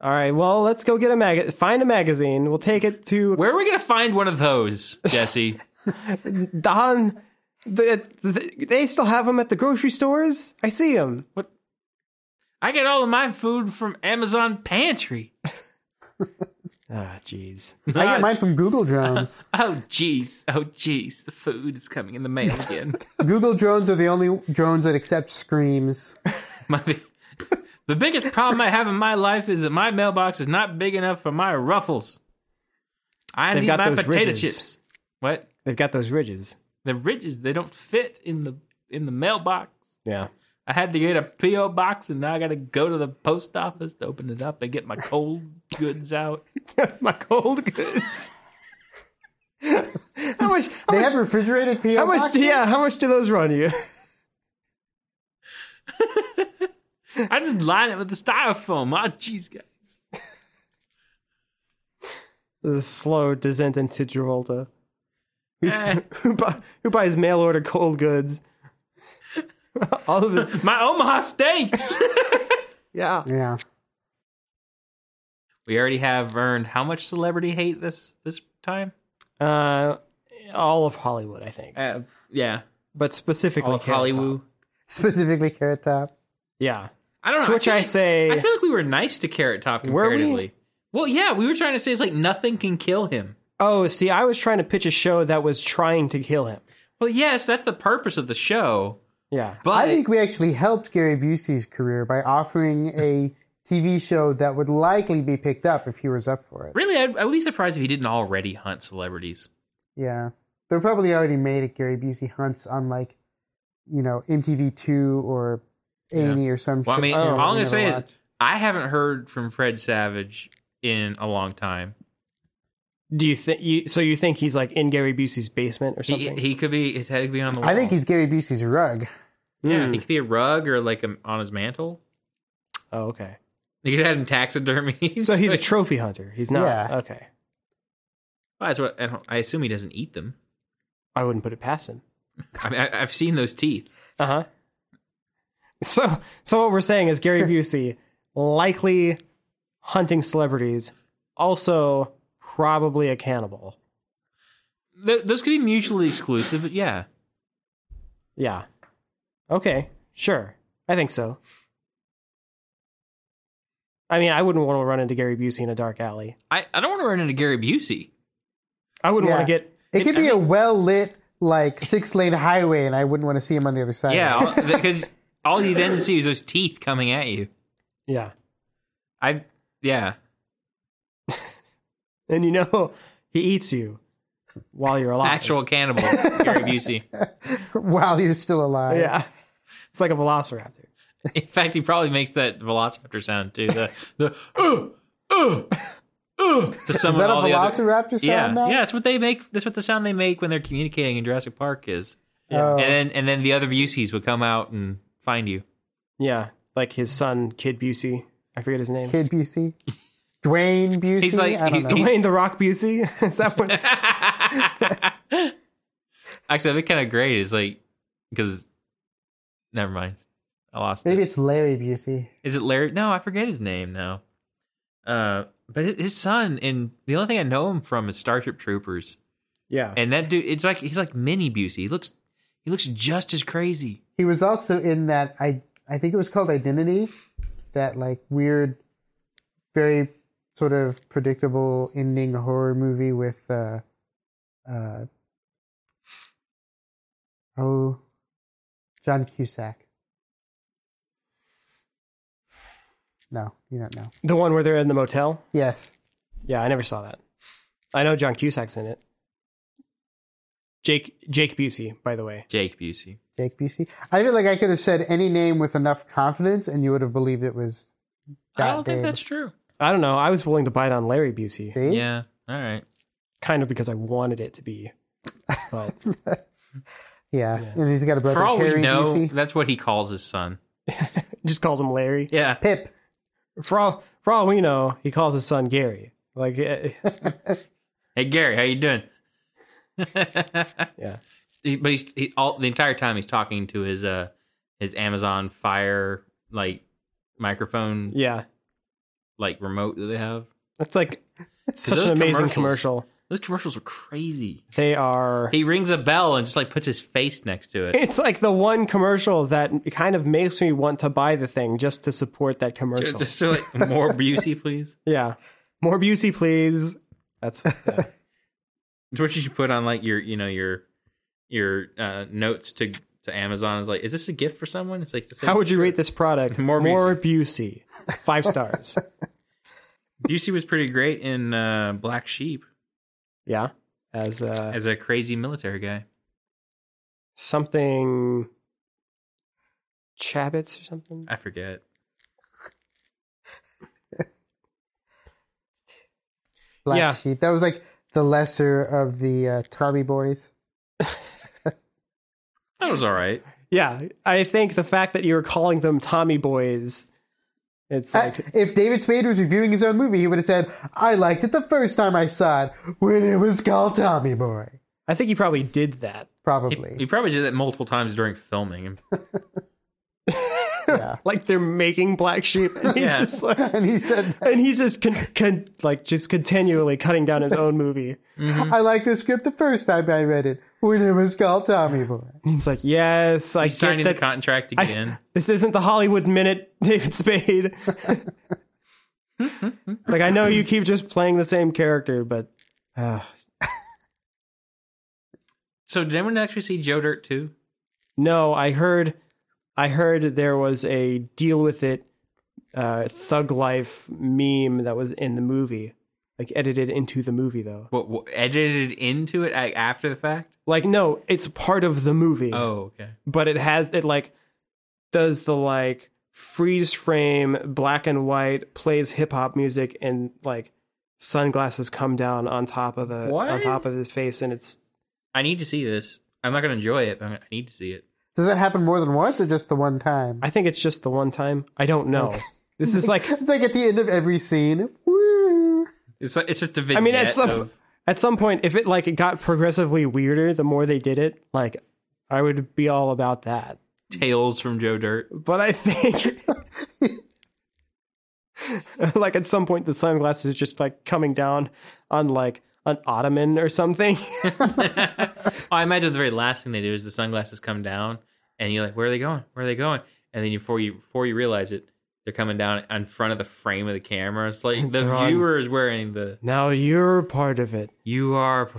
All right, well, let's go get a mag. Find a magazine. We'll take it to where are we gonna find one of those, Jesse? Don. The, the, they still have them at the grocery stores. I see them. I get all of my food from Amazon Pantry. Ah, jeez. I get mine from Google Drones. Oh jeez, oh jeez, the food is coming in the mail again. Google Drones are the only drones that accept screams. my, the biggest problem I have in my life is that my mailbox is not big enough for my ruffles. I They've need got my those potato ridges. chips. What? They've got those ridges. The ridges they don't fit in the in the mailbox. Yeah. I had to get a PO box, and now I got to go to the post office to open it up and get my cold goods out. My cold goods. how much? How They much, have refrigerated PO how much? boxes? Yeah. How much do those run you? I just line it with the styrofoam. Oh, jeez, guys. the slow descent into Travolta. Who's, Eh. who, bu- who buys mail order cold goods? All of his, My Omaha steaks. yeah. Yeah. we already have earned how much celebrity hate this this time? Uh, all of Hollywood, I think, Uh, yeah, but specifically all of Carrot Top. Hollywood. Specifically Carrot Top. Yeah, I don't know. to which feel I like- say, I feel like we were nice to Carrot Top Were we? comparatively. Well, yeah, we were trying to say it's like nothing can kill him. oh, see, I was trying to pitch a show that was trying to kill him. Well, yes, that's the purpose of the show. Yeah, But I think we actually helped Gary Busey's career by offering a TV show that would likely be picked up if he was up for it. really, I'd, I would be surprised if he didn't already hunt celebrities. Yeah. They're probably already made at Gary Busey hunts on like, you know, MTV2 or A&E or some Well, I shit. mean, channel all I'm we gonna Oh, never say is- watch. I haven't heard from Fred Savage in a long time. do you think you? So you think he's like in Gary Busey's basement or He, something? he could be his head could be on the wall. I think he's Gary Busey's rug. yeah. Hmm. He could be a rug or like a, on his mantle. oh, okay. You could have him taxidermy. So he's a trophy hunter. He's not Yeah. okay. that's what I, don't, I assume he doesn't eat them. I wouldn't put it past him. I mean, I, I've seen those teeth. Uh Uh-huh. huh. So, so what we're saying is Gary Busey likely hunting celebrities, also probably a cannibal. Th- those could be mutually exclusive. But yeah, Yeah. Okay. Sure. I think so. I mean, I wouldn't want to run into Gary Busey in a dark alley. I, I don't want to run into Gary Busey. I wouldn't Yeah. want to get. It could I be a well lit, like, six lane highway, and I wouldn't want to see him on the other side. Yeah, because all you then see is those teeth coming at you. Yeah. I yeah. And you know, he eats you while you're alive. Actual cannibal, Gary Busey. while you're still alive. Yeah. It's like a velociraptor. In fact, he probably makes that velociraptor sound too. The the uh, uh, uh, to Is summon that a all the other- velociraptor sound Yeah, now? yeah, that's what they make. That's what the sound they make when they're communicating in Jurassic Park is. Oh. And then and then the other Buseys would come out and find you. Yeah. Like his Mm-hmm. son, Kid Busey. I forget his name. Kid Busey. Dwayne Busey. He's like- I don't he- know. Dwayne the Rock Busey. Is that what? Actually, that'd be kind of great. Is like because never mind, I lost. Maybe it. it's Larry Busey. Is it Larry? No, I forget his name now. Uh, but hi- his son, and the only thing I know him from is Starship Troopers. Yeah. And that dude, it's like he's like mini Busey. He looks, he looks just as crazy. He was also in that I I think it was called Identity, that like weird, very sort of predictable ending horror movie with uh, uh, oh, John Cusack. No, you don't know. The one where they're in the motel? Yes. Yeah, I never saw that. I know John Cusack's in it. Jake Jake Busey, by the way. Jake Busey. Jake Busey. I feel like I could have said any name with enough confidence and you would have believed it was that I don't think babe. that's true. I don't know. I was willing to bite on Larry Busey, See? Yeah. All right. kind of because I wanted it to be. But Yeah. And he's got a brother, For all Harry we know, Busey. that's what he calls his son. just calls him Larry. Yeah. Pip. For all for all we know, he calls his son Gary. Like eh, Hey Gary, how you doing? yeah. He- but he's he, all the entire time he's talking to his uh his Amazon Fire like microphone Yeah. like remote that they have. That's like such those an amazing commercials- commercial. Those commercials are crazy. They are He rings a bell and just like puts his face next to it. it's like the one commercial that kind of makes me want to buy the thing just to support that commercial. Just so like more Busey, please. yeah. More Busey, please. That's yeah. It's what you should put on like your you know your your uh, notes to to Amazon is like, is this a gift for someone? It's like How would you rate this product? More Busey. Five stars. Busey was pretty great in uh, Black Sheep yeah. As, uh, as a crazy military guy. something Chabits or something. I forget. Black Yeah. Sheep. That was like the lesser of the uh, Tommy Boys. That was all right. Yeah. I think the fact that you were calling them Tommy Boys, it's like I- Uh, if David Spade was reviewing his own movie, he would have said, I liked it the first time I saw it when it was called Tommy Boy. I think he probably did that. He, Probably. he probably did that multiple times during filming. yeah. Like they're making black sheep, and he's Yeah. just like, And he said, and he's just con- con- like just continually cutting down his own movie. I liked the script the first time I read it when it was called Tommy Boy. And he's like, yes, I He's signing get the that. contract again. this isn't the Hollywood Minute, David Spade. like I know you keep just playing the same character, but uh, so did anyone actually see Joe Dirt too? no, I heard, I heard there was a deal with it, uh, thug life meme that was in the movie, like edited into the movie though. What, what edited into it a- after the fact? Like no, it's part of the movie, Oh, okay. but it has it like does the like freeze frame black and white plays hip hop music and like sunglasses come down on top of the on What? top of his face and it's I need to see this. I'm not gonna enjoy it, but I'm gonna- I need to see it. Does that happen more than once or just the one time? I think it's just the one time. I don't know. this is like It's like at the end of every scene. Woo! It's like, it's just a I vignette. mean at some of- at some point if it like it got progressively weirder the more they did it, like I would be all about that. tales from Joe Dirt. But I think like at some point the sunglasses just like coming down on like an ottoman or something. I imagine the very last thing they do is the sunglasses come down, and you're like, "Where are they going? Where are they going?" And then you- before you before you realize it, they're coming down in front of the frame of the camera. It's like the They're on- viewer is wearing the now you're part of it. "You are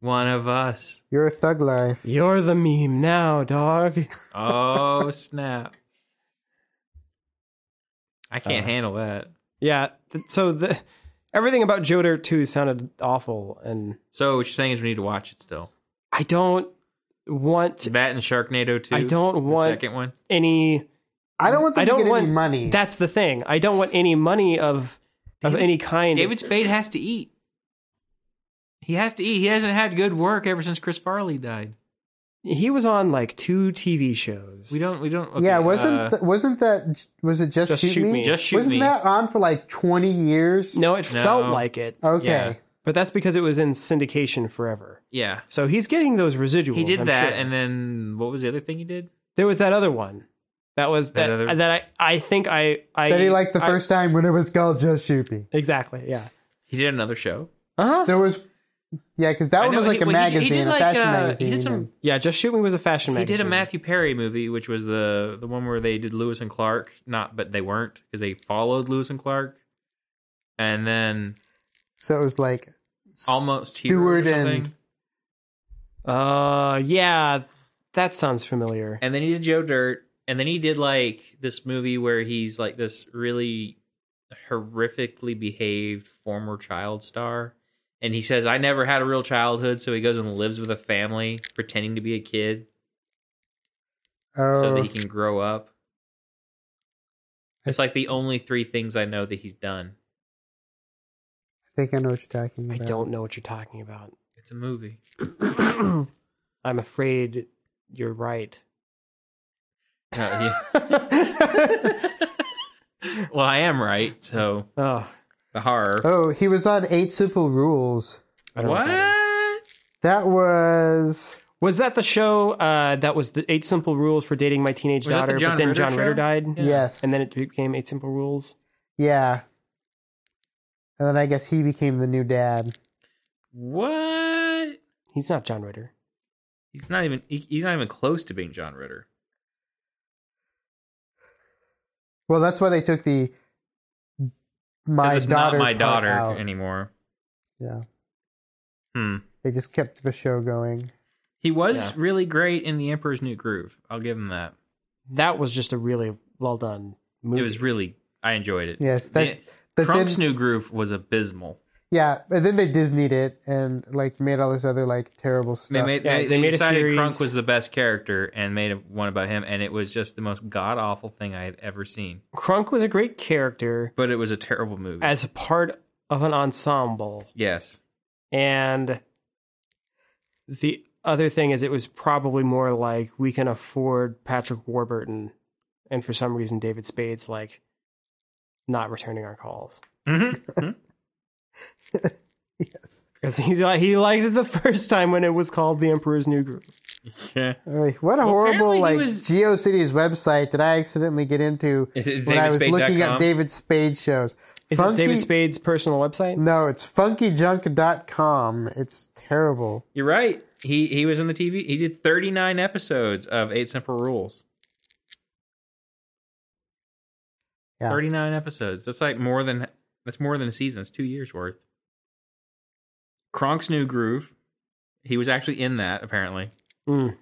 one of us." You're a thug life. You're the meme now, dog. Oh snap! I can't Uh, handle that. Yeah. th- So the everything about Joe Dirt 2 sounded awful and So what you're saying is we need to watch it still. I don't want That and Sharknado two. I don't the want second one. any I don't want them I don't to get want any money. That's the thing. I don't want any money of of David- any kind. David Spade has to eat. He has to eat. He hasn't had good work ever since Chris Farley died. he was on like two TV shows. We don't. We don't. yeah, okay, wasn't uh, th- wasn't that was it just, Just shoot, Shoot me? Me. Just Shoot wasn't Me. that on for like twenty years? No, it No. felt like it. Okay. Yeah. But that's because it was in syndication forever. yeah. So he's getting those residuals. He did I'm that, sure. and then what was the other thing he did? there was that other one. That was That that that, other- I I think I I That he liked the I- first time when it was called Just Shoot Me. exactly yeah He did another show. Uh-huh. uh huh There was, yeah, because that I one know was he- like a well, he did- he magazine, did like, a fashion uh, he magazine. did some- and- yeah just shoot me was a fashion He magazine did a Matthew Perry movie, which was the the one where they did Lewis and Clark, not but they weren't because they followed Lewis and Clark, and then so it was like almost Hero or Stewart and- something. uh yeah that sounds familiar and then he did Joe Dirt, and then he did like this movie where he's like this really horrifically behaved former child star. And he says, I never had a real childhood. So he goes and lives with a family, pretending to be a kid Oh, so that he can grow up. It's like the only three things I know that he's done. I think I know what you're talking I about. don't know what you're talking about. It's a movie. I'm afraid you're right. No, he- Uh, well, I am right. So Oh, the horror. Oh, he was on Eight Simple Rules. I don't know what? what that is. That was Was that the show uh, that was the Eight Simple Rules for Dating My Teenage Was that the Daughter? John but then Ritter John Ritter show? died, Yeah. yes, and then it became Eight Simple Rules. yeah, and then I guess he became the new dad. What? He's not John Ritter. He's not even. He, he's not even close to being John Ritter. Well, that's why they took the 'Cause my it's daughter. not my part daughter out. anymore. Yeah, Hmm. they just kept the show going. He was Yeah. really great in The Emperor's New Groove. I'll give him that. That was just a really well done movie. It was really. I enjoyed it. Yes, that. the, but Crunk's then- New Groove was abysmal. Yeah, and then they Disneyed it and like made all this other like terrible stuff. They made. Yeah, they, they they made a decided series- Crunk was the best character and made a, one about him, and it was just the most god awful thing I had ever seen. Crunk was a great character But it was a terrible movie. as a part of an ensemble, yes. and the other thing is it was probably more like we can afford Patrick Warburton, and for some reason David Spade's like not returning our calls. Mm-hmm. hmm yes. Because he's like he liked it the first time when it was called The Emperor's New Groove. yeah. Like, What a Well, apparently horrible he like was- GeoCities website that I accidentally get into Is it when I was looking DavidSpade.com? up David Spade shows. Is it David Spade's personal website? No, it's funkyjunk.com. It's terrible. You're right. He he was on the TV. He did 39 episodes of Eight Simple Rules. Yeah. 39 episodes. That's like more than that's more than a season. It's two years worth. Kronk's New Groove. He was actually in that apparently. Mm.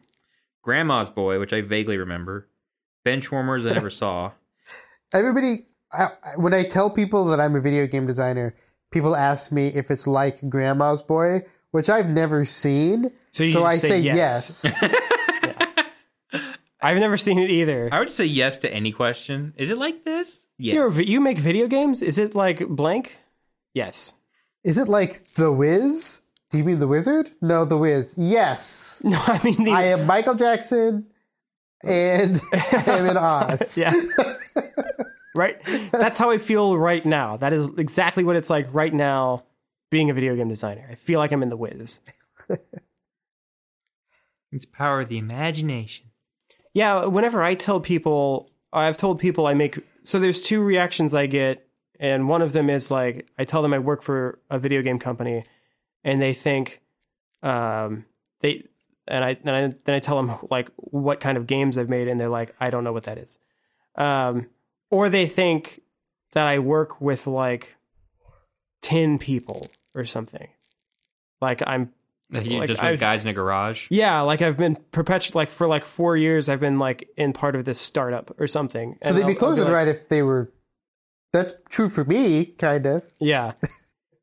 Grandma's Boy, which I vaguely remember. Benchwarmers I never saw. Everybody, I, I- when I tell people that I'm a video game designer, people ask me if it's like Grandma's Boy, which I've never seen. So you I say say, yes. yes. I've never seen it either. I would just say yes to any question. Is it like this? Yes. You're a vi- you make video games? Is it like blank? Yes. Is it like The Wiz? Do you mean The Wizard? No, The Wiz. Yes. No, I mean the I am Michael Jackson and I'm in Oz. yeah. right. That's how I feel right now. That is exactly what it's like right now. Being a video game designer, I feel like I'm in the whiz. It's power of the imagination. Yeah, whenever I tell people, I've told people I make. So there's two reactions I get, and one of them is like I tell them I work for a video game company, and they think, um, they and I then I then I tell them like what kind of games I've made, and they're like, I don't know what that is, um, or they think that I work with like ten people or something, like I'm Like you Like, just I've- with guys in a garage. yeah, like I've been perpetual, like for like four years, I've been like in part of this startup or something. So And they'd I'll- I'll be be closer to like- right if they were. That's true for me, kind of. Yeah,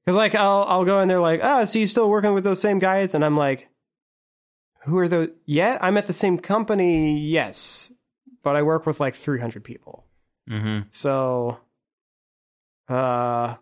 because like I'll I'll go and they're like, oh, so you still working with those same guys? And I'm like, who are those? Yeah, I'm at the same company, yes, but I work with like 300 people. Mm-hmm. So, uh,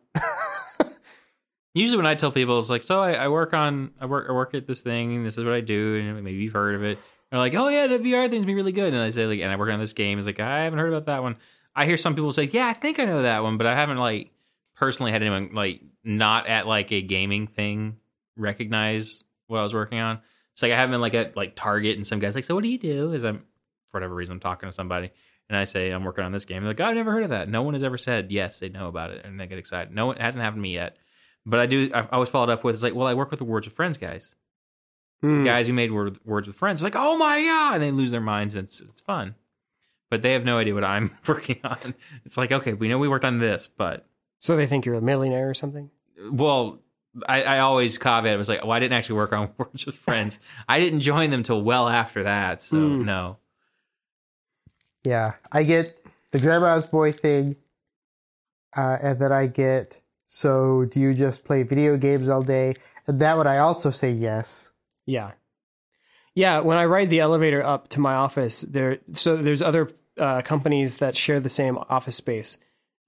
Usually, when I tell people, it's like, "So I, I work on, I work, I work at this thing. This is what I do, and maybe you've heard of it." They're like, "Oh yeah, the VR thing's been really good." And I say, like, "And I work on this game." It's like, "I haven't heard about that one." I hear some people say, "Yeah, I think I know that one," but I haven't like personally had anyone like not at like a gaming thing recognize what I was working on. It's like I haven't been like at like Target, and some guys like, "So what do you do?" Is I'm for whatever reason I'm talking to somebody, and I say I'm working on this game. They're like, "Oh, I've never heard of that." No one has ever said yes they know about it, and they get excited. No, it hasn't happened to me yet. But I do. I I always followed up with it's like, well, I work with the Words with Friends guys, hmm. guys who made Word, Words with Friends. Like, oh my god, and they lose their minds. And it's it's fun, but they have no idea what I'm working on. It's like, okay, we know we worked on this, but so they think you're a millionaire or something. well, I, I always caveat. It was like, well, I didn't actually work on Words with Friends. I didn't join them till well after that, so Hmm. no. Yeah, I get the grandma's boy thing. uh, and then I get, so do you just play video games all day? And that would I also say yes. Yeah. Yeah, when I ride the elevator up to my office, there so there's other uh, companies that share the same office space.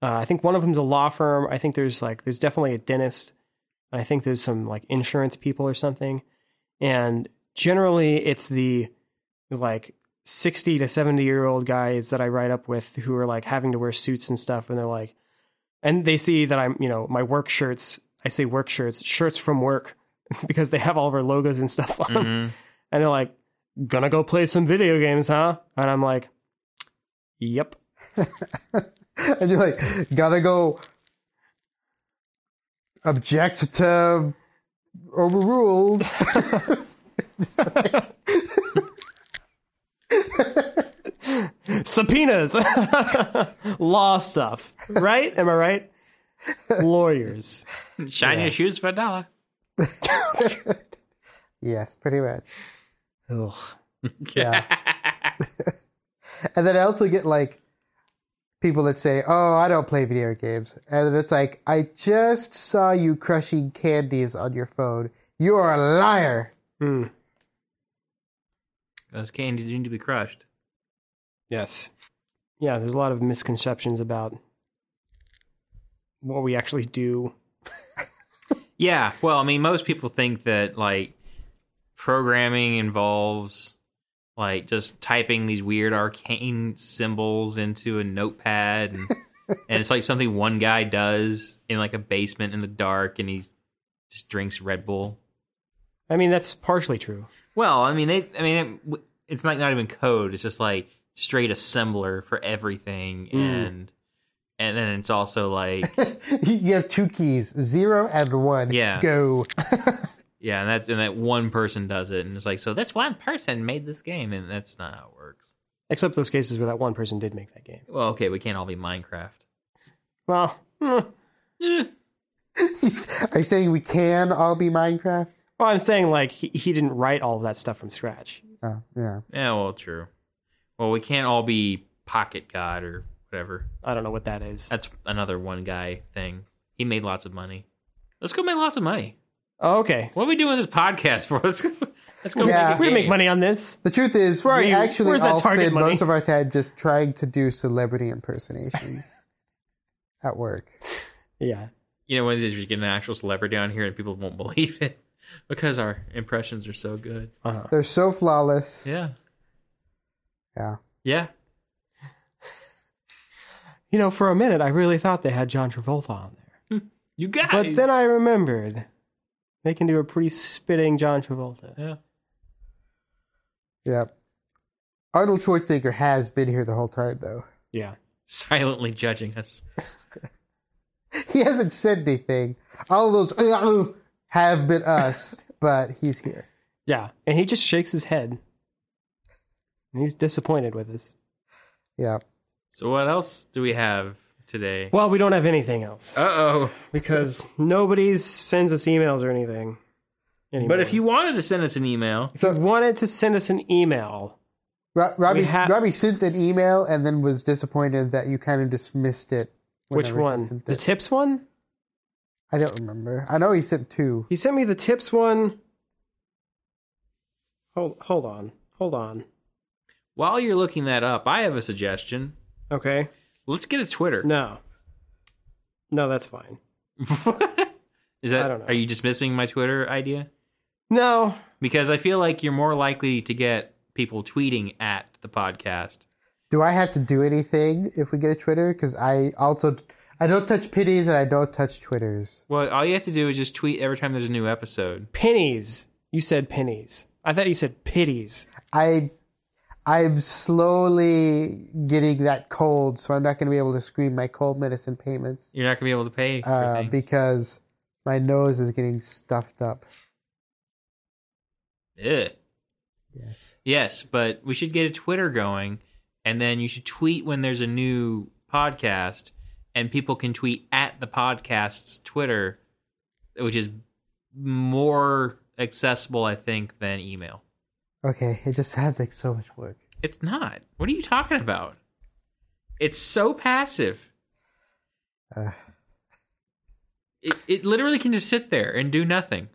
Uh, I think one of them's a law firm. I think there's like there's definitely a dentist, and I think there's some like insurance people or something. And generally, it's the like sixty to seventy year old guys that I ride up with who are like having to wear suits and stuff, and they're like, and they see that I'm you know my work shirts. I say work shirts, shirts from work, because they have all of our logos and stuff on. them Mhm. and they're like, "Gonna go play some video games, huh?" And I'm like, "Yep." and you're like, gotta go object to overruled. Subpoenas, law stuff, right? Am I right? Lawyers. Shine your shoes for a dollar. yes, pretty much. Ugh. Yeah. and then I also get like people that say, "Oh, I don't play video games," and then it's like, "I just saw you crushing candies on your phone. You're a liar." Hmm. Those candies need to be crushed. Yes. Yeah, there's a lot of misconceptions about what we actually do. Yeah. Well, I mean, most people think that like programming involves like just typing these weird arcane symbols into a notepad, and, and it's like something one guy does in like a basement in the dark, and he just drinks Red Bull. I mean, that's partially true. Well, I mean, they, I mean, it, it's like not even code. It's just like straight assembler for everything, and and then it's also like you have two keys, zero and one. Yeah. Go. yeah, and that's and that one person does it, and it's like so this one person made this game, and that's not how it works. Except those cases where that one person did make that game. Well, okay, we can't all be Minecraft. Well, hmm. Eh. Are you saying we can all be Minecraft? well, I'm saying like he, he didn't write all of that stuff from scratch. Oh, yeah. Yeah, well, true. Well, we can't all be Pocket God or whatever. I don't know what that is. That's another one guy thing. He made lots of money. Let's go make lots of money. Oh, okay. What are we doing this podcast for? Let's go. Let's go. Yeah. make a We make game. money on this. The truth is, Where are we you? actually Where's that all Target spend money? most of our time just trying to do celebrity impersonations at work. Yeah. you know, one of these we get an actual celebrity on here and people won't believe it because our impressions are so good. Uh-huh. They're so flawless. Yeah. Yeah. Yeah. You know, for a minute, I really thought they had John Travolta on there. You guys. But then I remembered they can do a pretty spitting John Travolta. yeah. Yeah. Arnold Schwarzenegger has been here the whole time, though. Yeah. Silently judging us. He hasn't said anything. All of those uh, have been us, but he's here. Yeah. And he just shakes his head. And he's disappointed with us. Yeah. So what else do we have today? Well, we don't have anything else Uh oh. because nobody sends us emails or anything. Anymore. But if you wanted to send us an email, If you wanted to send us an email, Ro- Robbie, We ha- Robbie sent an email and then was disappointed that you kind of dismissed it. which whenever he one? sent The it. tips one? I don't remember. I know he sent two. He sent me the tips one. Hold hold on. Hold on. while you're looking that up, I have a suggestion. Okay. Let's get a Twitter. No. No, that's fine. Is that I don't know. are you dismissing my Twitter idea? No. Because I feel like you're more likely to get people tweeting at the podcast. Do I have to do anything if we get a Twitter? Because I also I don't touch pitties and I don't touch Twitters. Well, all you have to do is just tweet every time there's a new episode. Pennies. You said pennies. I thought you said pitties. I I'm slowly getting that cold, so I'm not going to be able to screen my cold medicine payments You're not gonna be able to pay. for uh, things. because my nose is getting stuffed up. Ugh. Yes. Yes, but we should get a Twitter going, and then you should tweet when there's a new podcast, and people can tweet at the podcast's Twitter, which is more accessible, I think, than email. Okay. It just sounds like so much work. It's not. What are you talking about? It's so passive. Uh, It, it literally can just sit there and do nothing.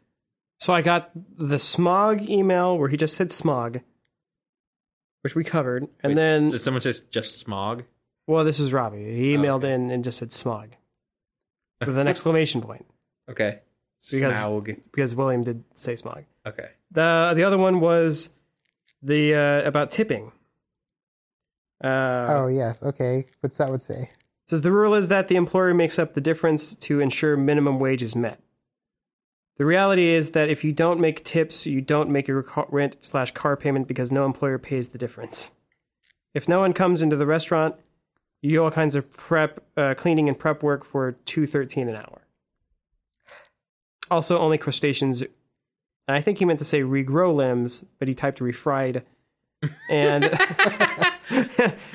So I got the smog email where he just said smog, which we covered, and Wait, then So someone says just smog. well, this is Robbie. He Oh, emailed okay. in and just said smog with an exclamation point Okay. Because- Smaug. because William did say smog. Okay. the The other one was the uh, about tipping. Uh, oh yes, okay. What's that would say? Says the rule is that the employer makes up the difference to ensure minimum wage is met. The reality is that if you don't make tips, you don't make your ca- rent slash car payment because no employer pays the difference. If no one comes into the restaurant, you do all kinds of prep, uh, cleaning and prep work for two thirteen an hour. Also, only crustaceans. I think he meant to say regrow limbs, but he typed refried, and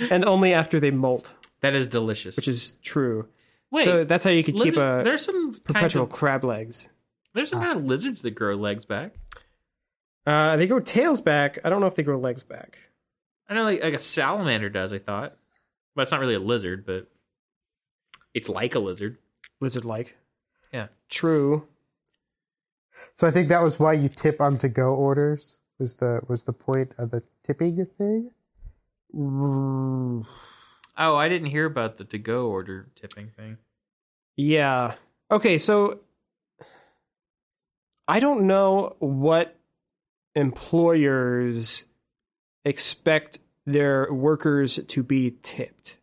and only after they molt, That is delicious. which is true. Wait. so that's how you could keep lizard- a there's some kinds perpetual Ah. of, crab legs. there's some kind of lizards that grow legs back. Uh, they grow tails back. I don't know if they grow legs back. I know, like, like a salamander does. I thought, but it's not really a lizard, but it's like a lizard. Lizard like. Yeah. True. So I think that was why you tip on to go orders was the was the point of the tipping thing. Oh, I didn't hear about the to-go order tipping thing. Yeah. Okay, so I don't know what employers expect their workers to be tipped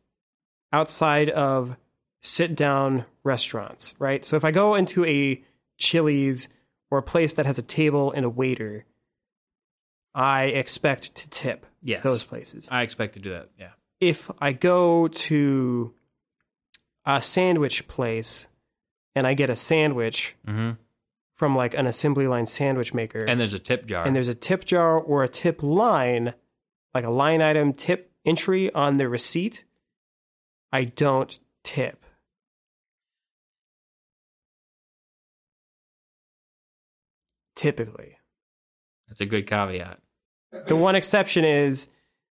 outside of sit down restaurants, right? So if I go into a Chili's or a place that has a table and a waiter, I expect to tip Yes, those places I expect to do that. Yeah, if I go to a sandwich place and I get a sandwich mm-hmm. from like an assembly line sandwich maker, and there's a tip jar. and there's a tip jar or a tip line, like a line item tip entry on the receipt, I don't tip. Typically. That's a good caveat. The one exception is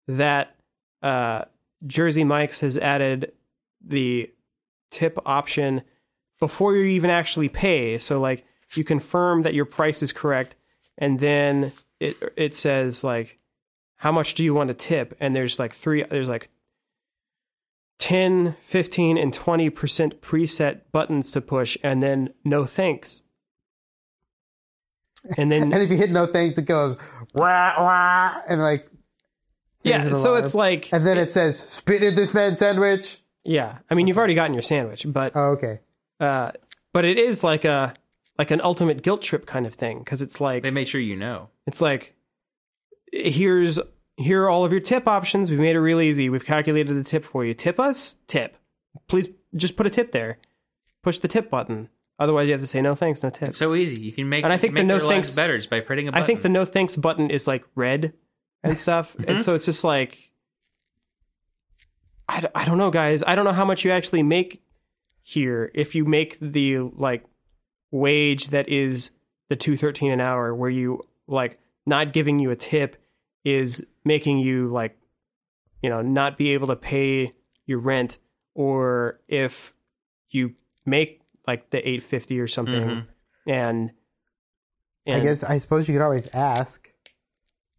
that uh, Jersey Mike's has added the tip option before you even actually pay. So like you confirm that your price is correct, and then it it says like how much do you want to tip? And there's like three there's like 10, 15, and 20% preset buttons to push, and then no thanks. And then And if you hit no thanks, it goes wah wah and like yeah, it so alive. it's like and then it says spit in this man's sandwich. Yeah, I mean, you've already gotten your sandwich, but Oh, okay. uh, but it is like a like an ultimate guilt trip kind of thing because it's like They make sure you know. it's like here's here are all of your tip options. We've made it real easy. We've calculated the tip for you. Tip us, tip. Please just put a tip there. Push the tip button. Otherwise, you have to say no thanks, no tip. It's so easy. You can make And I think make the no their lives thanks- better is by printing a I button. Mm-hmm. think the no thanks button is like red and stuff, and so it's just like I, d- I don't know, guys. I don't know how much you actually make here if you make the like wage that is the two thirteen an hour, where you like not giving you a tip is making you like you know not be able to pay your rent, or if you make like the eight fifty or something, Mhm. and, I and guess I suppose you could always ask.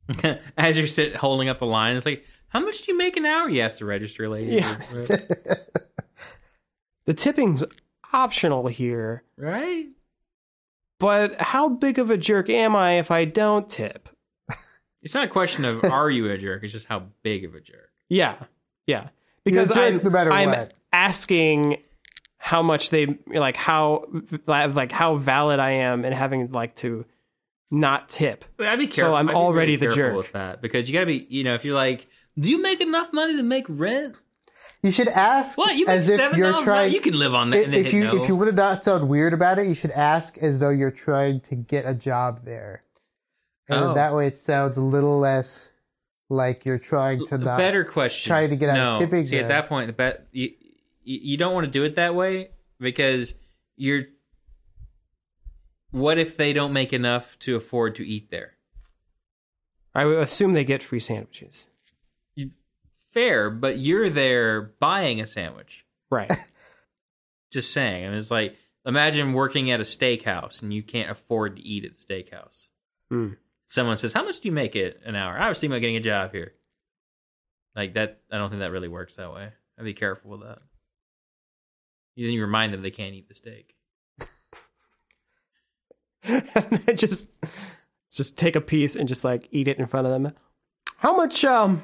as you're sit holding up the line, it's like, how much do you make an hour? You ask the register lady. Yeah. the tipping's optional here, right? but how big of a jerk am I if I don't tip? It's not a question of are you a jerk. It's just how big of a jerk. Yeah, yeah. Because You're a I'm, jerk no matter I'm what. asking how much they like how like how valid I am in having like to not tip. I'd be So careful. I'm I'd be already really the careful jerk. with that because you gotta be. You know, if you're like, do you make enough money to make rent? You should ask What you make as if seven you're dollars? trying. You can live on that. if, and then if hit you no. if you would have not sound weird about it, you should ask as though you're trying to get a job there, and Oh. that way it sounds a little less like you're trying to A not. better question. trying to get out of No. tipping See, though. at that point, the bet you, you you don't want to do it that way because you're. What if they don't make enough to afford to eat there? I would assume they get free sandwiches, Fair, but you're there buying a sandwich. right? just saying. I mean, it's like imagine working at a steakhouse and you can't afford to eat at the steakhouse. Hmm. Someone says, "How much do you make it an hour?" I was thinking about getting a job here. Like that, I don't think that really works that way. I'd be careful with that. You then you remind them they can't eat the steak. and I just just take a piece and just like eat it in front of them. How much um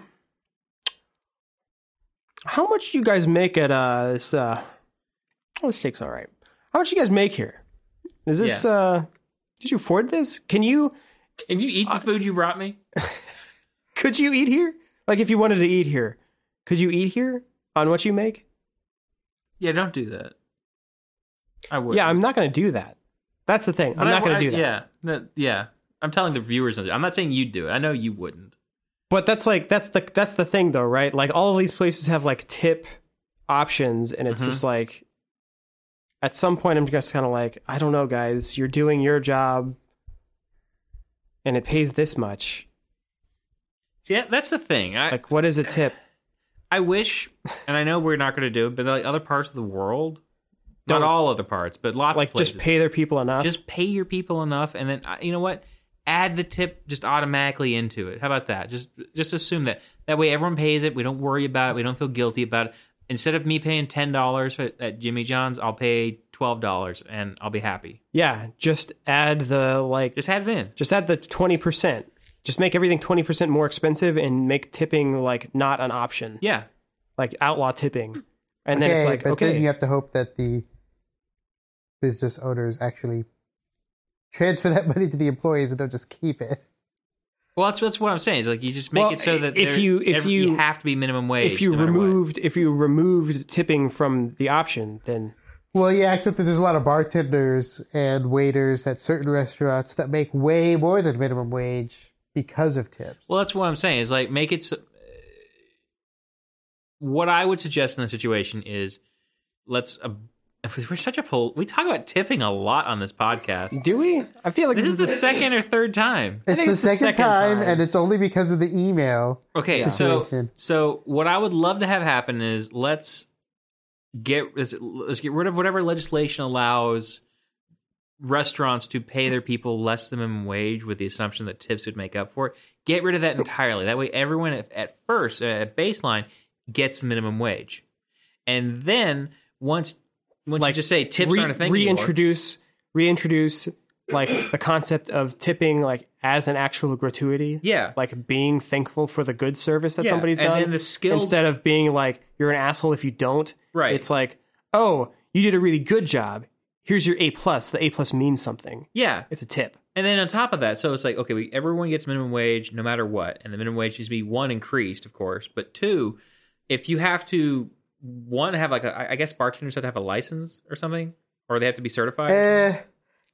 how much do you guys make at uh this uh oh, this steak's all right. How much do you guys make here? Is this uh did you afford this? Can you And you eat the food you brought me. could you eat here? Like if you wanted to eat here, could you eat here on what you make? Yeah, don't do that. I would. Yeah, I'm not going to do that. That's the thing. I'm not going to do that. Yeah, no, yeah. I'm telling the viewers. not to- I'm not saying you do it. I know you wouldn't. But that's like that's the that's the thing though, right? Like all of these places have like tip options and it's Mhm. just like at some point I'm just kind of like, I don't know guys, you're doing your job and it pays this much. See, that, that's the thing. I Like what is a tip? I wish, and I know we're not going to do it, but like other parts of the world, Don't- not all other parts, but lots Like of places, just pay their people enough. just pay your people enough, and then uh, you know what? Add the tip just automatically into it. How about that? Just just assume that that way everyone pays it. We don't worry about it. We don't feel guilty about it. Instead of me paying ten dollars at Jimmy John's, I'll pay twelve dollars, and I'll be happy. yeah, just add the like Just add it in. just add the 20%. Just make everything 20% more expensive and make tipping like not an option. Yeah, Like outlaw tipping. And then it's like but okay. then you have to hope that the business owners actually transfer that money to the employees and don't just keep it. Well, that's that's what I'm saying. Is like you just make Well, it so that if there- you- if every- you- have to be minimum wage. if you no matter what. removed if you removed tipping from the option, then Well, yeah, except that there's a lot of bartenders and waiters at certain restaurants that make way more than minimum wage because of tips. well, that's what I'm saying. Is like make it. So, what I would suggest in this situation is let's. Uh, we're such a pull. We talk about tipping a lot on this podcast. do we? I feel like This is the second or third time. it's think the it's the second, second time, time. and it's only because of the email. Okay, so Situation. so what I would love to have happen is let's get let's- let's get rid of whatever legislation allows restaurants to pay their people less than minimum wage with the assumption that tips would make up for it. Get rid of that entirely. That way, everyone at, at first uh, at baseline gets minimum wage, and then once once Like, you just say tips re- aren't a thing anymore- reintroduce reintroduce like the concept of tipping like as an actual gratuity. Yeah. Like being thankful for the good service that Yeah, somebody's and done. then the skilled- instead of being like you're an asshole if you don't. Right. It's like, oh, you did a really good job. Here's your A plus. The A plus means something. yeah, It's a tip. And then on top of that, so it's like okay, we, everyone gets minimum wage no matter what, and the minimum wage needs to be one increased, of course, but two, if you have to one have like a, I- I guess bartenders have to have a license or something, or they have to be certified. Uh,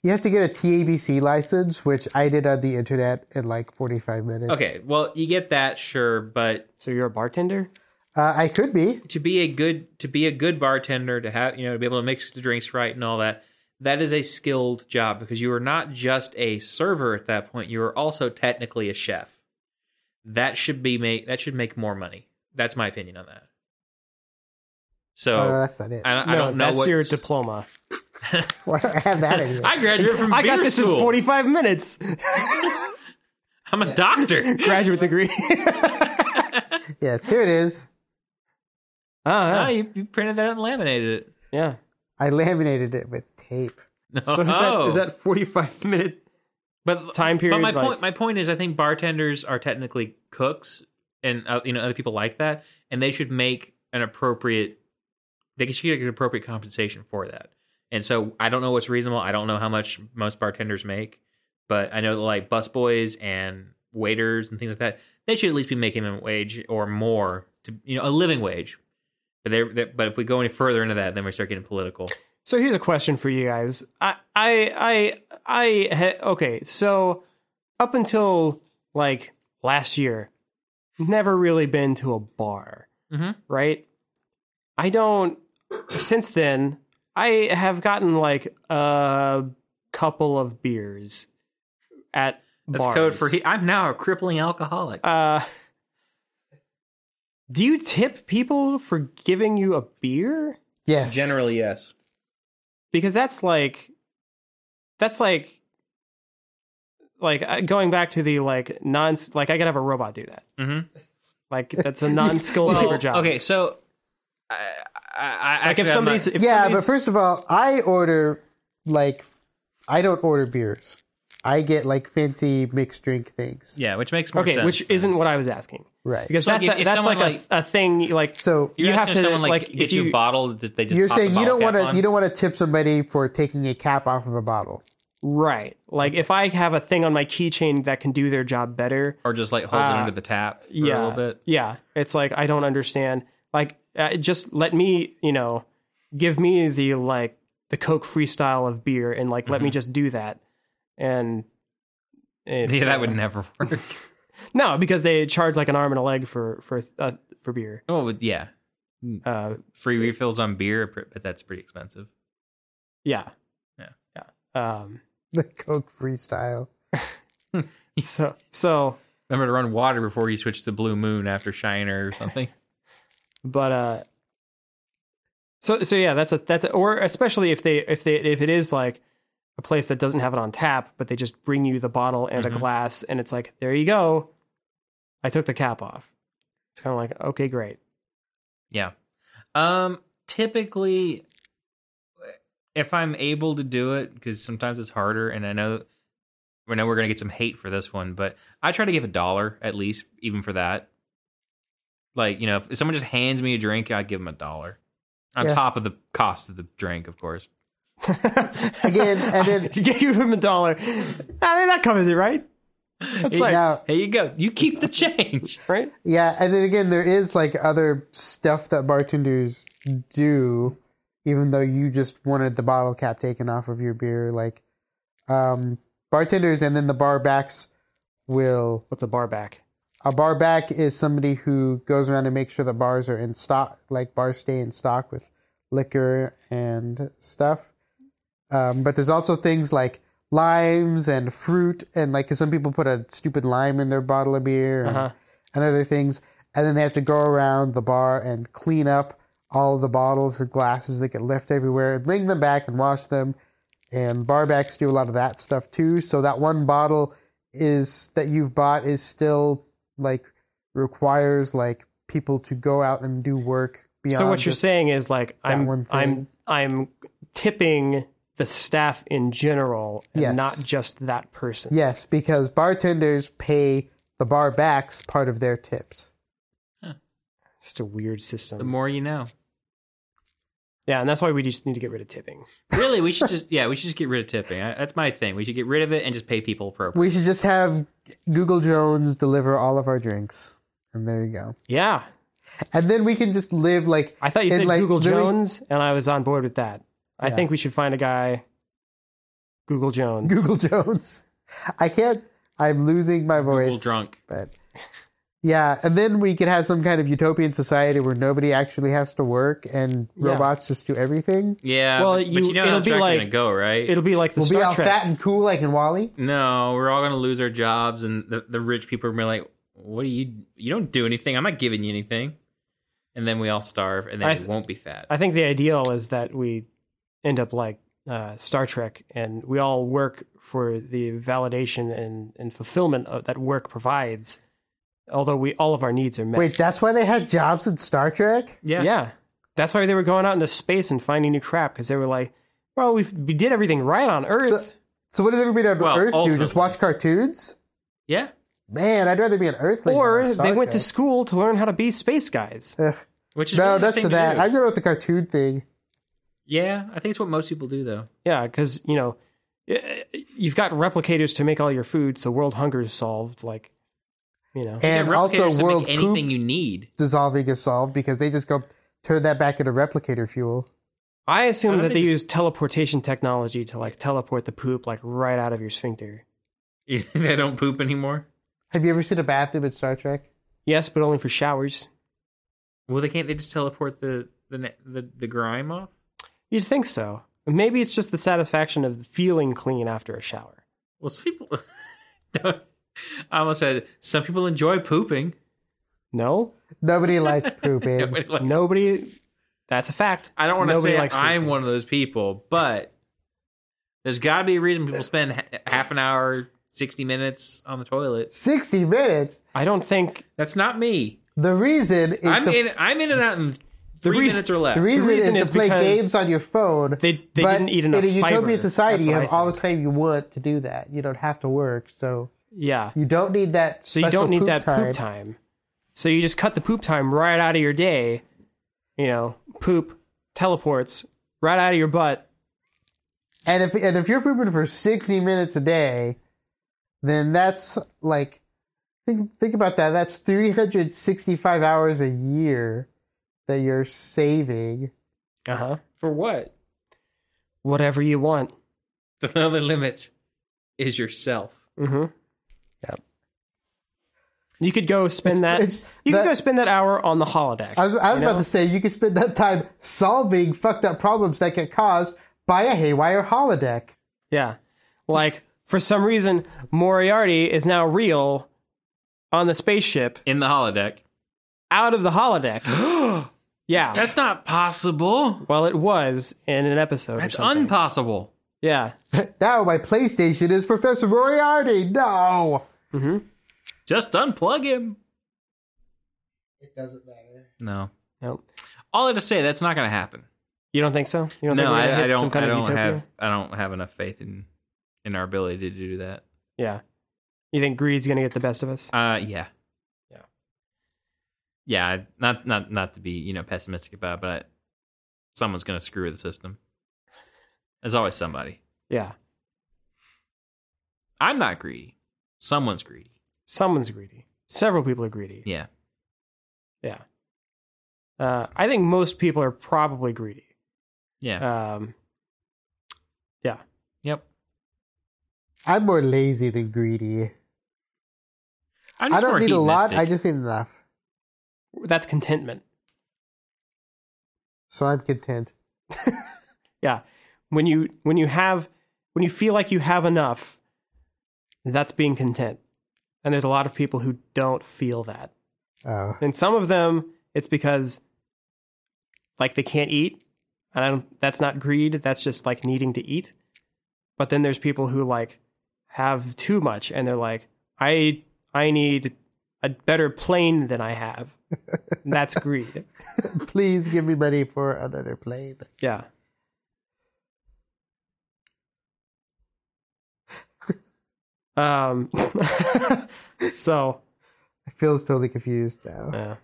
you have to get a TABC license, which I did on the internet in like 45 minutes. okay, well you get that sure, but So you're a bartender? Uh, I could be. to be a good to be a good bartender to have you know to be able to mix the drinks right and all that that is a skilled job because you are not just a server at that point you are also technically a chef that should be make that should make more money that's my opinion on that so Oh, no, that's not it. I, don't- Uh, No, I don't know that's what your diploma. Why do I have that in here? i graduated from I beer got this school in 45 minutes. i'm a doctor Graduate degree. yes, here it is. oh, Ah, yeah. you, you printed that out and laminated it yeah. I laminated it with tape. no. So is that is that forty five minute? but time But period, my like- point, my point is, I think bartenders are technically cooks, and uh, you know other people like that, and they should make an appropriate. They should get an appropriate compensation for that. And so I don't know what's reasonable. I don't know how much most bartenders make, but I know that like busboys and waiters and things like that, they should at least be making a wage or more to you know a living wage. But they're, they but if we go any further into that, then we start getting political. So here's a question for you guys. I I I I ha- okay. So up until like last year, never really been to a bar, Mhm. right? I don't. Since then, I have gotten like a couple of beers at That's bars. code for he, I'm now a crippling alcoholic. Uh, do you tip people for giving you a beer? Yes. Generally, yes. because that's like that's like like uh, going back to the like non like I could have a robot do that. Mhm. Like that's a non-skilled labor job. Okay, so I, I, I Like actually, if I'm not- somebody's if yeah, but somebody's, first of all, I order like I don't order beers. I get like fancy mixed drink things. yeah, which makes more okay, sense. which isn't what I was asking Right. because So, like, that's if- a, if that's someone, like, like- a, a thing like So You're you have asking to if someone, like, like gets if you, a you bottle that they just you're pop the saying you bottle don't want cap to on? you don't want to tip somebody for taking a cap off of a bottle. right like if I have a thing on my keychain that can do their job better or just like holds it Ah, under the tap for yeah a little bit. yeah it's like I don't understand like uh, just let me you know give me the like the Coke freestyle of beer and like Mm-hmm. let me just do that and it- uh, Yeah, that would never work. no because they charge like an arm and a leg for for uh, for beer oh, but yeah, Mm. uh free refills on beer, but but that's pretty expensive. yeah Yeah. yeah um The Coke freestyle. so so Remember to run water before you switch to Blue Moon after Shiner or something. but uh so so yeah that's a that's a, or especially if they if they if it is like a place that doesn't have it on tap but they just bring you the bottle and Mm-hmm. a glass and it's like there you go i took the cap off it's kind of like okay great Yeah. Um typically if I'm able to do it cuz sometimes it's harder and I know I know we're going to get some hate for this one, but I try to give a dollar at least even for that. Like, you know, if someone just hands me a drink, I give them a dollar. On Yeah. top of the cost of the drink, of course. Again, and then you gave him a dollar i mean that covers it right that's like now Here you go. You keep the change. right yeah, and then again there is like other stuff that bartenders do even though you just wanted the bottle cap taken off of your beer like um bartenders and then the bar backs will what's a bar back A bar back is somebody who goes around and makes sure that bars are in stock, like bars stay in stock with liquor and stuff. Um, but there's also things like limes and fruit, and like 'cause some people put a stupid lime in their bottle of beer and, Uh-huh. and other things. And then they have to go around the bar and clean up all the bottles and glasses that get left everywhere and bring them back and wash them. And barbacks do a lot of that stuff too. So that one bottle is that you've bought is still like requires like people to go out and do work beyond. so what you're just- saying is like one i'm thing. i'm i'm tipping the staff in general and Yes. not just that person Yes, because bartenders pay the bar backs part of their tips. Such a weird system. The more you know. yeah, and that's why we just need to get rid of tipping. Really, we should just yeah, we should just get rid of tipping. I, that's my thing. We should get rid of it and just pay people appropriately. We should just have Google Jones deliver all of our drinks, and there you go. Yeah, And then we can just live like I thought you in, said like, Google very- Jones, and I was on board with that. I think we should find a guy, Google Jones. Google Jones. I can't. I'm losing my voice. People drunk. but yeah and then we could have some kind of utopian society where nobody actually has to work and Yeah. robots just do everything Yeah. Well, Well, but, you, you- you know it'll how that's be not like- gonna go, right? It'll be like the we'll be Star all Trek. fat and cool like in wally no, we're all gonna lose our jobs, and the, the rich people are gonna be like, "What do you? You don't do anything. I'm not giving you anything." And then we all starve, and then I we th- won't be fat. I think the ideal is that we end up like uh, Star Trek, and we all work for the validation and, and fulfillment of, that work provides. Although we all of our needs are met. wait that's why they had jobs in star trek yeah. Yeah. That's why they were going out into space and finding new crap because they were like, well, we've, we did everything right on Earth. so what does everybody on Well, earth do ultimately. just watch cartoons yeah. man i'd rather be an earthling than or on Star they went to Trek. school to learn how to be space guys. Ugh. Which is no really the that's thing to to that do. i'm going with the cartoon thing yeah, I think it's what most people do, though. Yeah, because, you know, y- you've got replicators to make all your food, so world hunger is solved. Like, you know. and Yeah, replicators also that make world anything poop you need. dissolving is solved because they just go turn that back into replicator fuel I assume Why that don't they they use teleportation technology to, like, teleport the poop, like, right out of your sphincter. they don't poop anymore. have you ever seen a bathroom in star trek Yes, but only for showers. Well, they can't. They just teleport the the ne- the, the grime off. You'd think so. Maybe it's just the satisfaction of feeling clean after a shower. Well, some people. I almost said some people enjoy pooping. No? nobody likes pooping Nobody likes- Nobody That's a fact. I don't want to Nobody say likes I'm people. one of those people, but there's got to be a reason people spend ha- half an hour, 60 minutes on the toilet. 60 minutes. I don't think That's not me. The reason is I'm to, in I'm in and out in three rea- minutes or less. the reason, reason is, is to play because games on your phone. they they but didn't eat in enough a utopian fiber. society, That's you what have I all the think. time you want to do that. You don't have to work, so yeah. you don't need that. So you special don't need poop that time. poop time. So you just cut the poop time right out of your day. You know, poop teleports right out of your butt. And if and if you're pooping for 60 minutes a day, then that's like think think about that. That's 365 hours a year that you're saving. Uh Uh-huh. huh. For what? Whatever you want. The only limit is yourself. Mm-hmm. Yep. You could go spend It's- that. it's- you that- could go spend that hour on the holodeck. I was I was you about know? to say you could spend that time solving fucked up problems that get caused by a haywire holodeck. Yeah. Like for some reason, Moriarty is now real on the spaceship In the holodeck. out of the holodeck. yeah. That's not possible. well, it was in an episode. That's or something. impossible. yeah. Now my PlayStation is Professor Moriarty. No. Just unplug him. It doesn't matter. No. No. All I just say that's not going to happen. You don't think so? You don't think No, we're gonna I, hit I some don't. kind I of don't utopia? have. I don't have enough faith in in our ability to do that. Yeah. You think greed's gonna get the best of us? Uh, yeah, Yeah. yeah. I- Not not not to be you know pessimistic about, it, but I- someone's gonna screw the system. There's always somebody. Yeah. I'm not greedy. Someone's greedy. Someone's greedy. Several people are greedy. Yeah. Yeah. Uh, I think most people are probably greedy. Uh, Yeah. Um, yeah. yep. I'm more lazy than greedy. I'm I just don't more need a lot. I hedonistic. just need enough. That's contentment. So I'm content. Yeah. When you when you have when you feel like you have enough, that's being content. And there's a lot of people who don't feel that. Oh. And some of them it's because like they can't eat. And I don't, that's not greed, that's just like needing to eat. But then there's people who like have too much and they're like I I need a better plane than I have. that's greed. Please give me money for another plane. Yeah. um. so, I feel totally confused now. yeah.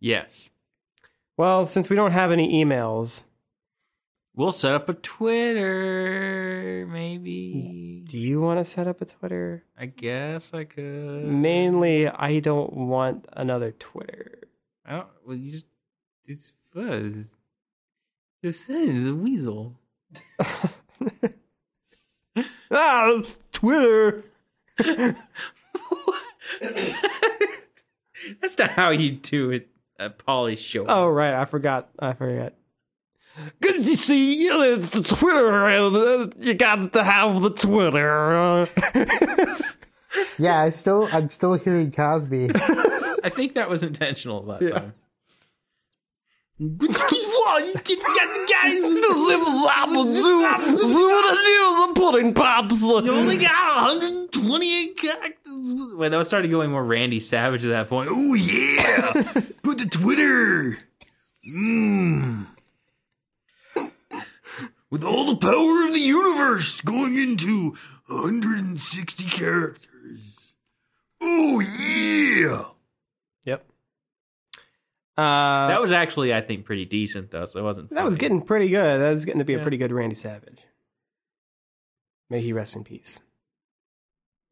yes. Well, since we don't have any emails, We'll set up a Twitter, maybe. Mm. do you want to set up a Twitter? I guess I could. Mainly, I don't want another Twitter. I don't. Well, you just. It's fuzz. The sin is a weasel. Ah, Twitter. That's not how you do it, uh, a poly show. Oh right, I forgot. I forgot. Cause you see, it's the Twitter. uh, You got to have the Twitter. Yeah, I still I'm still hearing Cosby. I think that was intentional that time. You only got 128 cactus. Wait, that was started going more Randy Savage at that point. Oh yeah, put the Twitter. Mmm. With all the power of the universe Uh, going into 160 characters. Oh yeah. Yep. Uh, That was actually, I think, pretty decent though. So it wasn't. that was funny. getting pretty good. That was getting to be a Yeah. pretty good Randy Savage. May he rest in peace.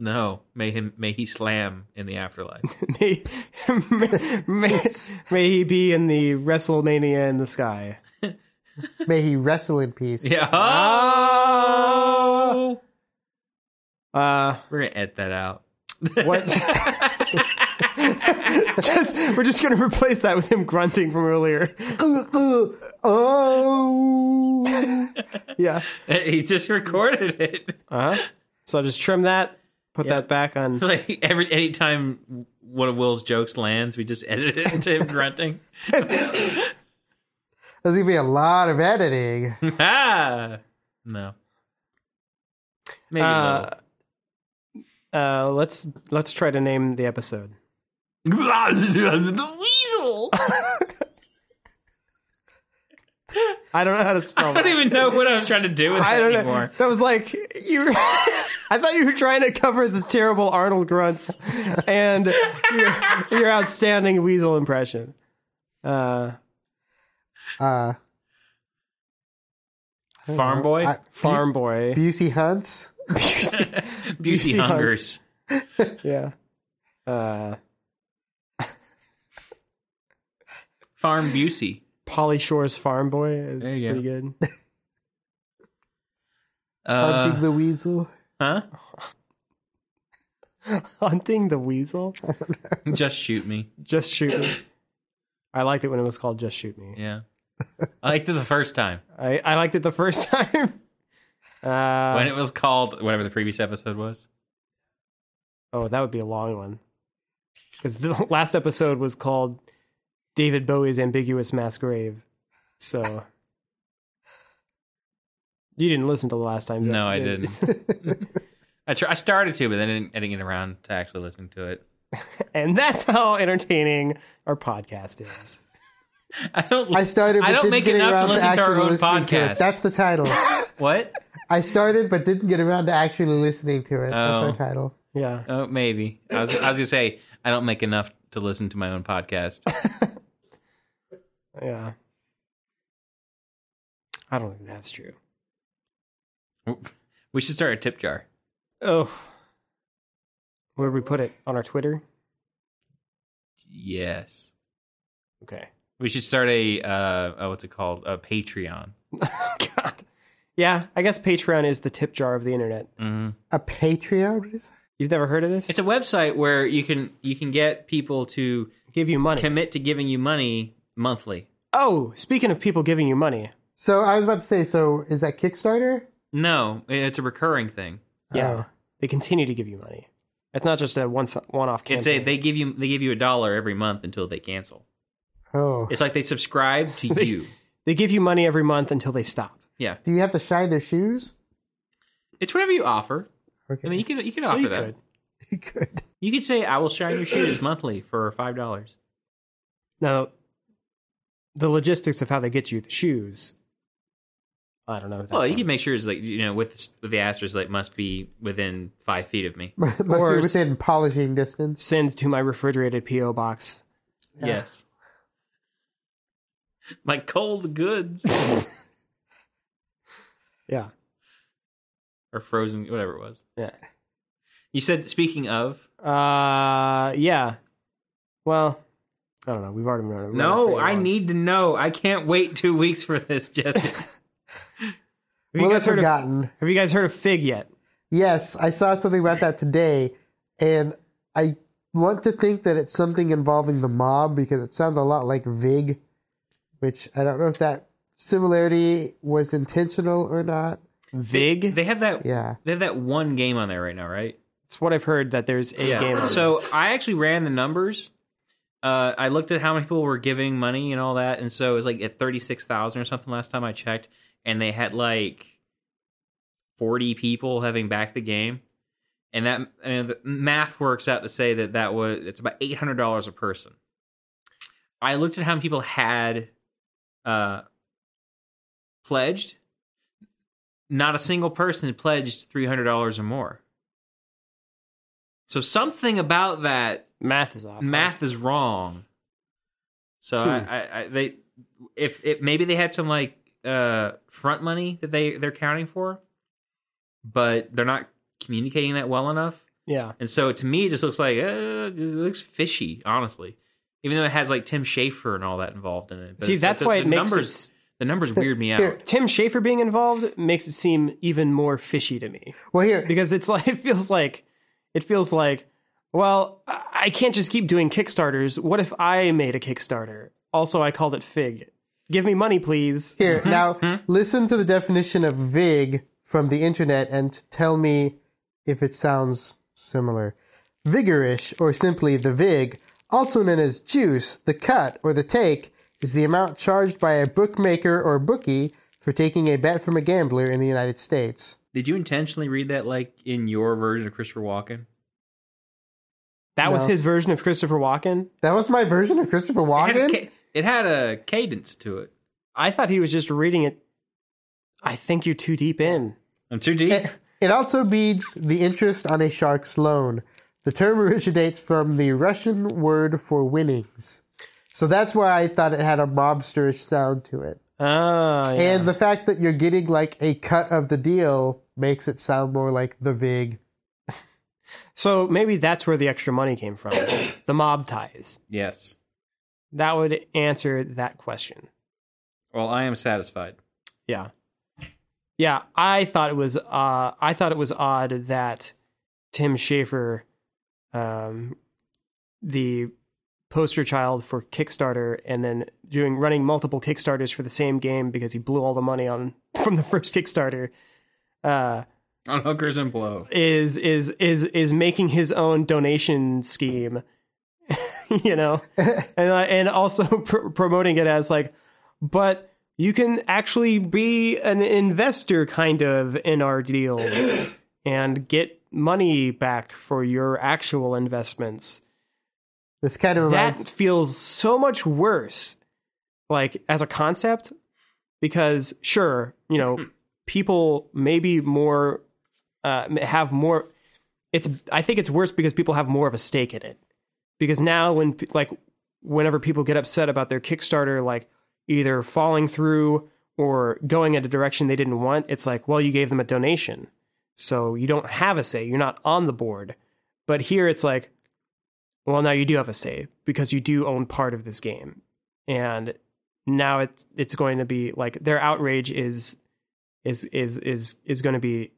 No, may him may he slam in the afterlife. may, may, may, may he be in the WrestleMania in the sky. May he wrestle in peace. yeah. Oh! Uh, We're gonna edit that out. what? just, we're just going to replace that with him grunting from earlier. oh. Yeah. he just recorded it. Uh huh. So I'll just trim that, put that back on. Like every anytime one of Will's jokes lands, we just edit it into him grunting. There's gonna be a lot of editing. Ah! no. Maybe Uh, uh, let's let's try to name the episode. a little. the weasel. I don't know how to I spell. don't that. even know what I was trying to do with I that don't anymore. know. That was like you. I thought you were trying to cover the terrible Arnold grunts and your, your outstanding weasel impression. Uh, Uh, Farm boy, Uh, I- farm boy. Busey hunts. beauty Beauty Hunts. hungers. Yeah. Uh, Farm Busey. Polly Shore's farm boy. It's There you pretty good. Uh, Uh, Hunting the weasel. huh? Hunting the weasel. Just shoot me. Just shoot me. I liked it when it was called Just Shoot Me. Yeah. I liked it the first time I, I liked it the first time. Uh, when it was called whatever the previous episode was. Oh, that would be a long one. Because the last episode was called David Bowie's Ambiguous Mass Grave. So. You didn't listen to the last time. No, I did you? didn't. I tr- I started to, but then I didn't, I didn't get around to actually listening to it. And that's how entertaining our podcast is. I don't. I started, but I don't didn't make get enough to around to, listen to our actually own listening to podcast. it. That's the title. what? I started, but didn't get around to actually listening to it. That's Oh. our title. Yeah. Oh, maybe. I was, I was gonna say I don't make enough to listen to my own podcast. Yeah. I don't think that's true. We should start a tip jar. Oh. Where'd we put it? On our Twitter? Yes. Okay. We should start a uh, oh, what's it called? A Patreon. God. Yeah, I guess Patreon is the tip jar of the internet. Mm-hmm. A Patreon? Is- You've never heard of this? It's a website where you can you can get people to Give you money. commit to giving you money monthly. Oh, speaking of people giving you money, So I was about to say. So is that Kickstarter? No, it's a recurring thing. yeah, they continue to give you money. It's not just a one one-off It's a campaign. they give you they give you a dollar every month until they cancel. Oh, It's like they subscribe to you. they give you money every month until they stop. Yeah, do you have to shine their shoes? it's whatever you offer. Okay, I mean, you can you can so offer you that. could. you could. You could say I will shine your shoes monthly for five dollars. Now, the logistics of how they get you the shoes. I don't know. If that's Well, you on- can make sure it's like you know with with the asterisk like must be within five feet of me. Must Or be s- within polishing distance. send to my refrigerated PO box. Yes. Like cold goods Yeah, or frozen, whatever it was. yeah, You said speaking of. uh, yeah. Well, I don't know. We've already run. run No, pretty I long. need to know. I can't wait two weeks for this. Just Have you well, guys that's heard of? forgotten. Have you guys heard of Fig yet? Yes, I saw something about that today, and I want to think that it's something involving the mob because it sounds a lot like Vig, which I don't know if that similarity was intentional or not. Vig. they have that. Yeah. They have that one game on there right now, right? It's what I've heard that there's a game. on it. So I actually ran the numbers. Uh, I looked at how many people were giving money and all that, and so it was like at thirty six thousand or something last time I checked, and they had like forty people having backed the game, and that and the math works out to say that that was it's about eight hundred dollars a person. I looked at how many people had uh, pledged. Not a single person pledged three hundred dollars or more. So something about that math is off. math is wrong. So I, Hmm. I, I they if it maybe they had some like uh front money that they they're counting for, but they're not communicating that well enough. Yeah. And so to me, it just looks like uh, it looks fishy, honestly. Even though it has like Tim Schafer and all that involved in it. But See, it's- that's the- why the it makes numbers it, the numbers weird me out. Here. Tim Schafer being involved makes it seem even more fishy to me Well, here, because it's like it feels like it feels like well I I can't just keep doing kickstarters. What if I made a Kickstarter? Also, I called it Fig. Give me money, please. here. Now, listen to the definition of Vig from the internet and tell me if it sounds similar. Vigorish, or simply the Vig, also known as juice, the cut, or the take, is the amount charged by a bookmaker or bookie for taking a bet from a gambler in the United States. Did you intentionally read that like in your version of Christopher Walken? That was No. his version of Christopher Walken. That was my version of Christopher It had, Walken. a ca- it had a cadence to it. I thought he was just reading it. I think you're too deep in. I'm too deep. Eh. It, it also means the interest on a shark's loan. The term originates from the Russian word for winnings. So that's why I thought it had a mobsterish sound to it. Ah, yeah. And the fact that you're getting like a cut of the deal makes it sound more like the VIG. so maybe that's where the extra money came from. the mob ties. yes. That would answer that question. Well, I am satisfied. Yeah. Yeah, I thought it was uh I thought it was odd that Tim Schafer um the poster child for Kickstarter and then doing running multiple Kickstarters for the same game because he blew all the money on from the first Kickstarter uh On hookers and blow. is is is is making his own donation scheme you know and uh, and also pr- promoting it as like but you can actually be an investor kind of in our deals and get money back for your actual investments This kind of that reminds feels so much worse like as a concept because sure you know people maybe more uh have more it's i think it's worse because people have more of a stake in it because now when pe- like whenever people get upset about their kickstarter like either falling through or going in a direction they didn't want it's like well you gave them a donation so you don't have a say you're not on the board but here it's like well now you do have a say because you do own part of this game and now it's it's going to be like their outrage is is is is is going to be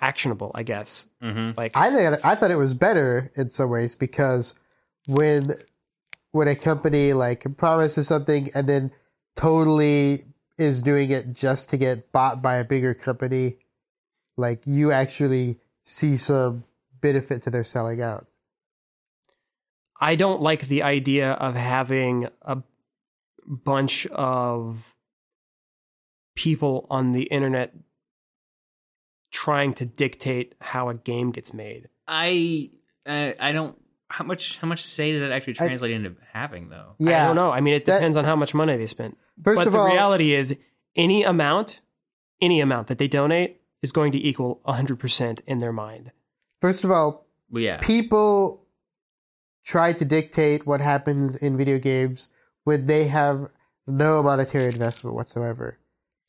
actionable i guess Mm-hmm. like I thought I thought it was better in some ways because when when a company like promises something and then totally is doing it just to get bought by a bigger company, like you actually see some benefit to their selling out. I don't like the idea of having a bunch of people on the internet trying to dictate how a game gets made. I uh, I don't. How much how much say does that actually I- translate into having though? Yeah. I don't know. I mean, it That- depends on how much money they spent. First but of the all, reality is, any amount, any amount that they donate is going to equal 100% in their mind. first of all, Well, yeah. people try to dictate what happens in video games when they have no monetary investment whatsoever.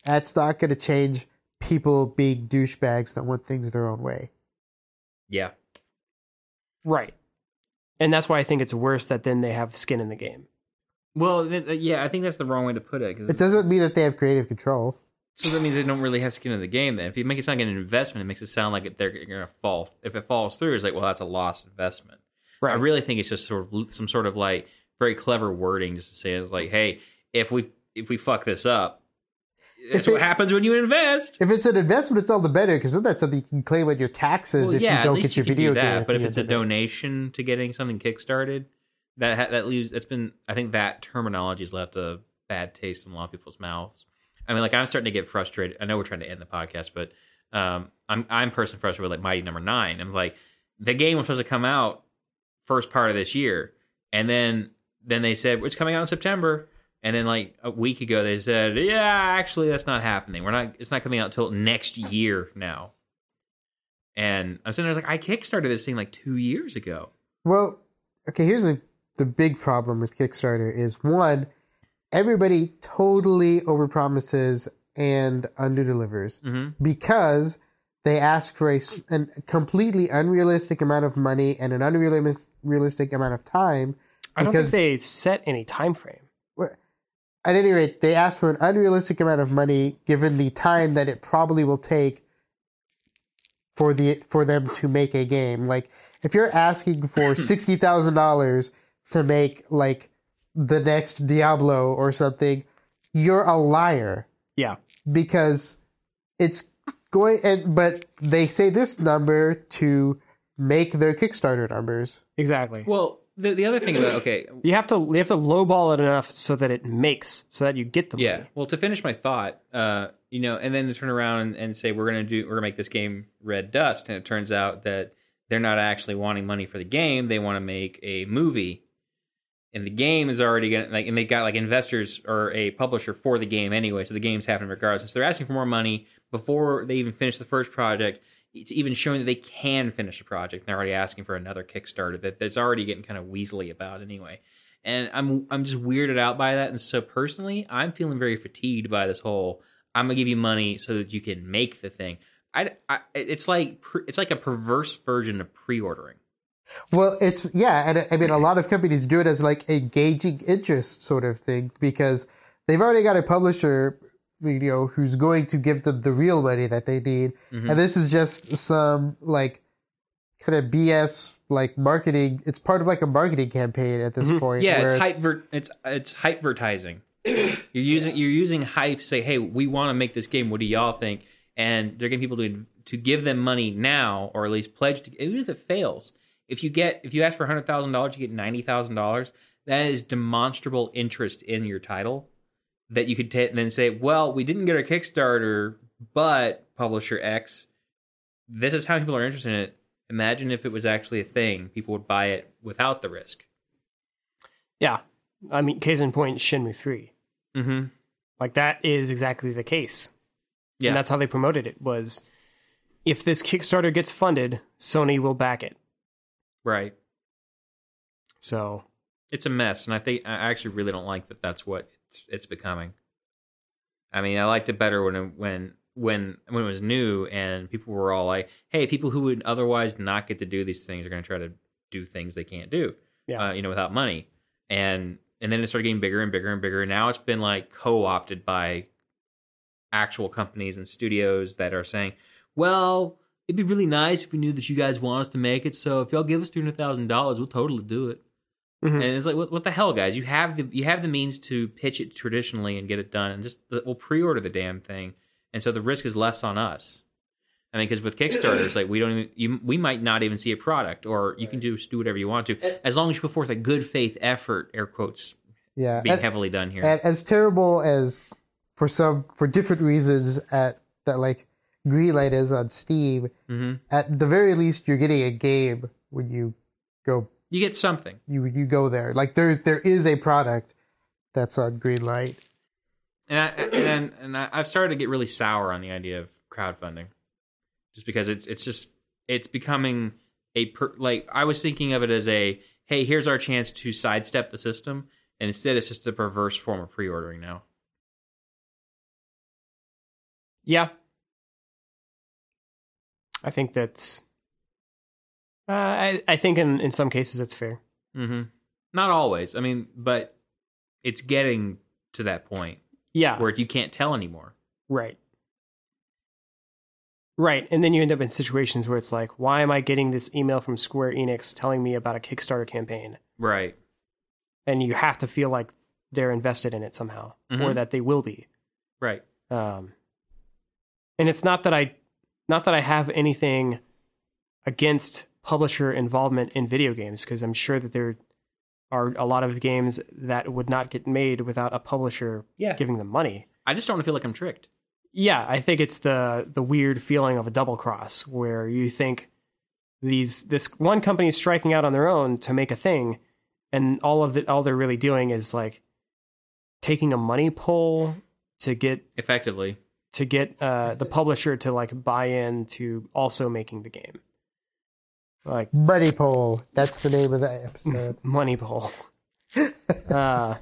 That's not going to change people being douchebags that want things their own way. yeah. Right. And that's why I think it's worse that then they have skin in the game. Well, th- th- yeah. I think that's the wrong way to put it. 'cause It doesn't mean that they have creative control. So that means they don't really have skin in the game. Then, if you make it sound like an investment, it makes it sound like they're going to fall. If it falls through, it's like, well, that's a lost investment. Right. I really think it's just sort of some sort of like very clever wording, just to say it's like, hey, if we if we fuck this up, that's If what it- happens when you invest. If it's an investment, it's all the better because then that's something you can claim on your taxes Well, if yeah, you at don't least get your can do video that, game. at But if the it's a end of it. donation to getting something kickstarted, that ha- that leaves that's been I think that terminology has left a bad taste in a lot of people's mouths. I mean, like I'm starting to get frustrated. I know we're trying to end the podcast, but um, I'm I'm personally frustrated with like Mighty Number Nine. I'm like, the game was supposed to come out first part of this year, and then then they said it's coming out in September. And then, like a week ago, they said, "Yeah, actually, that's not happening. We're not. It's not coming out till next year now." And I'm sitting there like, I kickstarted this thing like two years ago. Well, okay, here's the the big problem with Kickstarter is one, everybody totally overpromises and underdelivers Mm-hmm. because they ask for a s- an completely unrealistic amount of money and an unrealistic realistic amount of time. I don't Because- think they set any time frame. At any rate, they ask for an unrealistic amount of money given the time that it probably will take for the for them to make a game. Like if you're asking for sixty thousand dollars to make like the next Diablo or something, you're a liar. Yeah. because it's going and but they say this number to make their Kickstarter numbers. Exactly. Well, the, the other thing about okay, You have to you have to lowball it enough so that it makes so that you get the yeah. money. Well, to finish my thought, uh, you know, and then to turn around and, and say we're gonna do we're gonna make this game Red Dust, and it turns out that they're not actually wanting money for the game; they want to make a movie, and the game is already gonna like, and they got like investors or a publisher for the game anyway, so the game's happening regardless. So they're asking for more money before they even finish the first project. It's even showing that they can finish the project. They're already asking for another Kickstarter that that's already getting kind of weaselly about anyway and I'm I'm just weirded out by that. And so personally, I'm feeling very fatigued by this whole. I'm gonna give you money so that you can make the thing. I, I it's like pre- it's like a perverse version of pre-ordering. Well, it's yeah, and I- I mean, a lot of companies do it as like a gauging interest sort of thing because they've already got a publisher, you know, who's going to give them the real money that they need, Mm-hmm. and this is just some like kind of BS like marketing. It's part of like a marketing campaign at this Mm-hmm. point. Yeah, it's where hype. Ver- it's it's hype advertising. You're using you're using hype. to Say, hey, we want to make this game. What do y'all think? And they're getting people to to give them money now, or at least pledge to. Even if it fails, if you get if you ask for hundred thousand dollars, you get ninety thousand dollars. That is demonstrable interest in your title that you could ta- then say, well, we didn't get our Kickstarter, but publisher X, this is how people are interested in it. Imagine if it was actually a thing, people would buy it without the risk. Yeah. I mean, case in point, Shinmu three. Mm-hmm. Like that is exactly the case. Yeah. And that's how they promoted it was if this Kickstarter gets funded, Sony will back it. Right. So It's a mess, and I think I actually really don't like that. That's what it's, it's becoming. I mean, I liked it better when it, when when when it was new and people were all like, "Hey, people who would otherwise not get to do these things are going to try to do things they can't do, Yeah. uh, you know, without money." And and then it started getting bigger and bigger and bigger. Now it's been like co-opted by actual companies and studios that are saying, "Well, it'd be really nice if we knew that you guys want us to make it. So if y'all give us three hundred thousand dollars, we'll totally do it." Mhm. And it's like, what, what the hell, guys? You have the you have the means to pitch it traditionally and get it done, and just the, we'll pre-order the damn thing, and so the risk is less on us. I mean, because with Kickstarter, it's like we don't even you, we might not even see a product, or you can just do whatever you want to, as long as you put forth a good faith effort. Air quotes yeah, being and- heavily done here. And as terrible as for some for different reasons at that like Greenlight is on Steam, Mhm. at the very least you're getting a game when you go you get something. you you go there. Like there's there is a product that's on Greenlight. and I, and and I, I've started to get really sour on the idea of crowdfunding, just because it's it's just it's becoming a per, like I was thinking of it as a hey here's our chance to sidestep the system, and instead it's just a perverse form of pre-ordering now. yeah. I think that's uh, I, I think in, in some cases that's fair. Mm-hmm. Not always, I mean, but it's getting to that point Yeah. where you can't tell anymore. Right. Right. And then you end up in situations where it's like, why am I getting this email from Square Enix telling me about a Kickstarter campaign? Right. And you have to feel like they're invested in it somehow or Mhm. that they will be. Right. Um, and it's not that I not that I have anything against publisher involvement in video games because I'm sure that there are a lot of games that would not get made without a publisher Yeah. giving them money. I just don't want to feel like I'm tricked. yeah, I think it's the the weird feeling of a double cross where you think these this one company is striking out on their own to make a thing, and all of the all they're really doing is like taking a money pull to get Effectively. to get uh, the publisher to like buy in to also making the game, like Money Pole. That's the name of the episode. money pull. uh,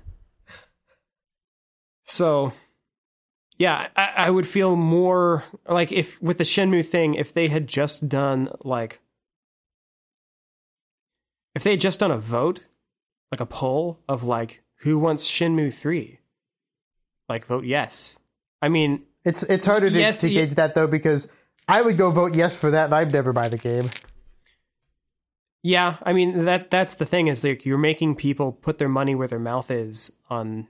so yeah, I, I would feel more like if with the Shenmue thing, if they had just done like if they had just done a vote, like a poll of like who wants Shenmue three, like vote yes. I mean, it's it's harder to, Yes, to ye- gauge that though because I would go vote yes for that and I'd never buy the game. yeah, I mean that that's the thing is like you're making people put their money where their mouth is on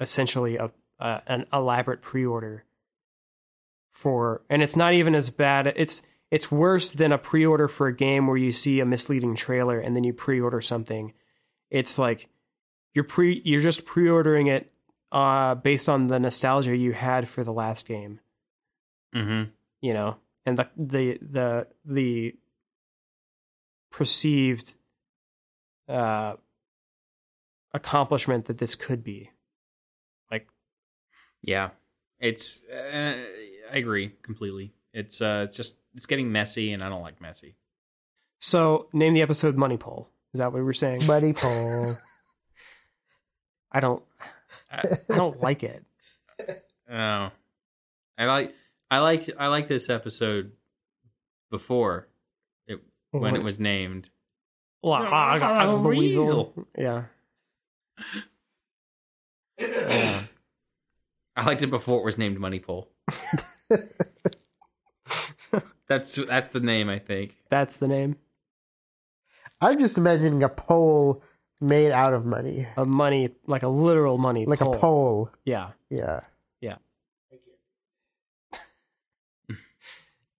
essentially a uh, an elaborate pre-order for and it's not even as bad it's It's worse than a pre-order for a game where you see a misleading trailer and then you pre-order something. It's like you're pre you're just pre-ordering it uh based on the nostalgia you had for the last game, Mm-hmm. you know. And the the the the perceived uh accomplishment that this could be. Yeah, it's. Uh, I agree completely. It's uh, it's just it's getting messy, and I don't like messy. So, name the episode Money Pole. Is that what we were saying? Buddy Pole. I don't I, I don't like it. oh, I like I like I like this episode before when it was named. Well, I got out of the weasel. Weasel. Yeah. Yeah. I liked it before it was named Money Pole. that's that's the name I think. That's the name. I'm just imagining a pole made out of money, A money, like a literal money. like a pole. Yeah. Yeah.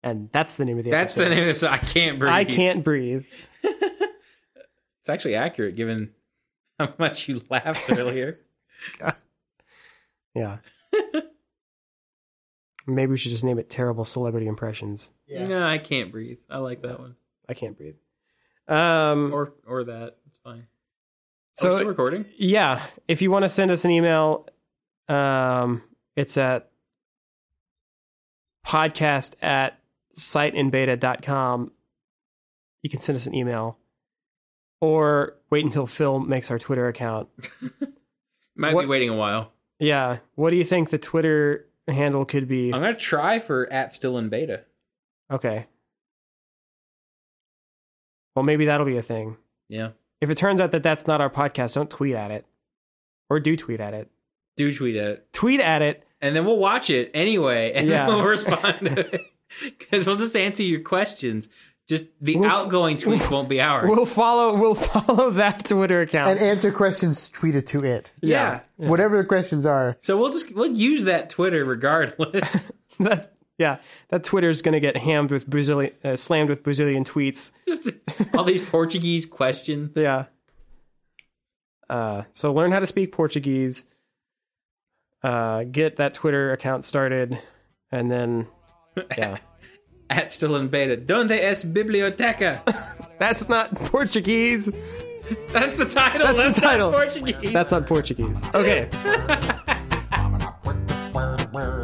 And that's the name of the that's episode. the name of this. I can't breathe. I can't breathe. It's actually accurate given how much you laughed earlier. Yeah. Maybe we should just name it Terrible Celebrity Impressions. No, I can't breathe. I like that one. I can't breathe. Um, Or or that. It's fine. So so, still recording. yeah, if you want to send us an email, um, it's at podcast at siteinbeta.com. You can send us an email or wait until Phil makes our Twitter account. Might what- be waiting a while. Yeah. What do you think the Twitter handle could be? I'm gonna try for at still in beta. Okay. Well, maybe that'll be a thing. Yeah. If it turns out that that's not our podcast, don't tweet at it. Or do tweet at it. Do tweet it. Tweet at it. And then we'll watch it anyway and Yeah. then we'll respond to it. Because we'll just answer your questions. Just the We'll f- outgoing tweets won't be ours. We'll follow we'll follow that Twitter And account. answer questions tweeted to it. yeah. Whatever the questions are. So we'll just we'll use that Twitter regardless. that yeah, that Twitter's going to get hammed with Brazilian uh, slammed with Brazilian tweets. Just all these Portuguese questions. Yeah. Uh, so learn how to speak Portuguese. Uh, get that Twitter account started, and then yeah, At still in beta. Donde est biblioteca? that's not Portuguese. That's the title. That's, the not title. Portuguese. That's not Portuguese. Okay. Word, word, word.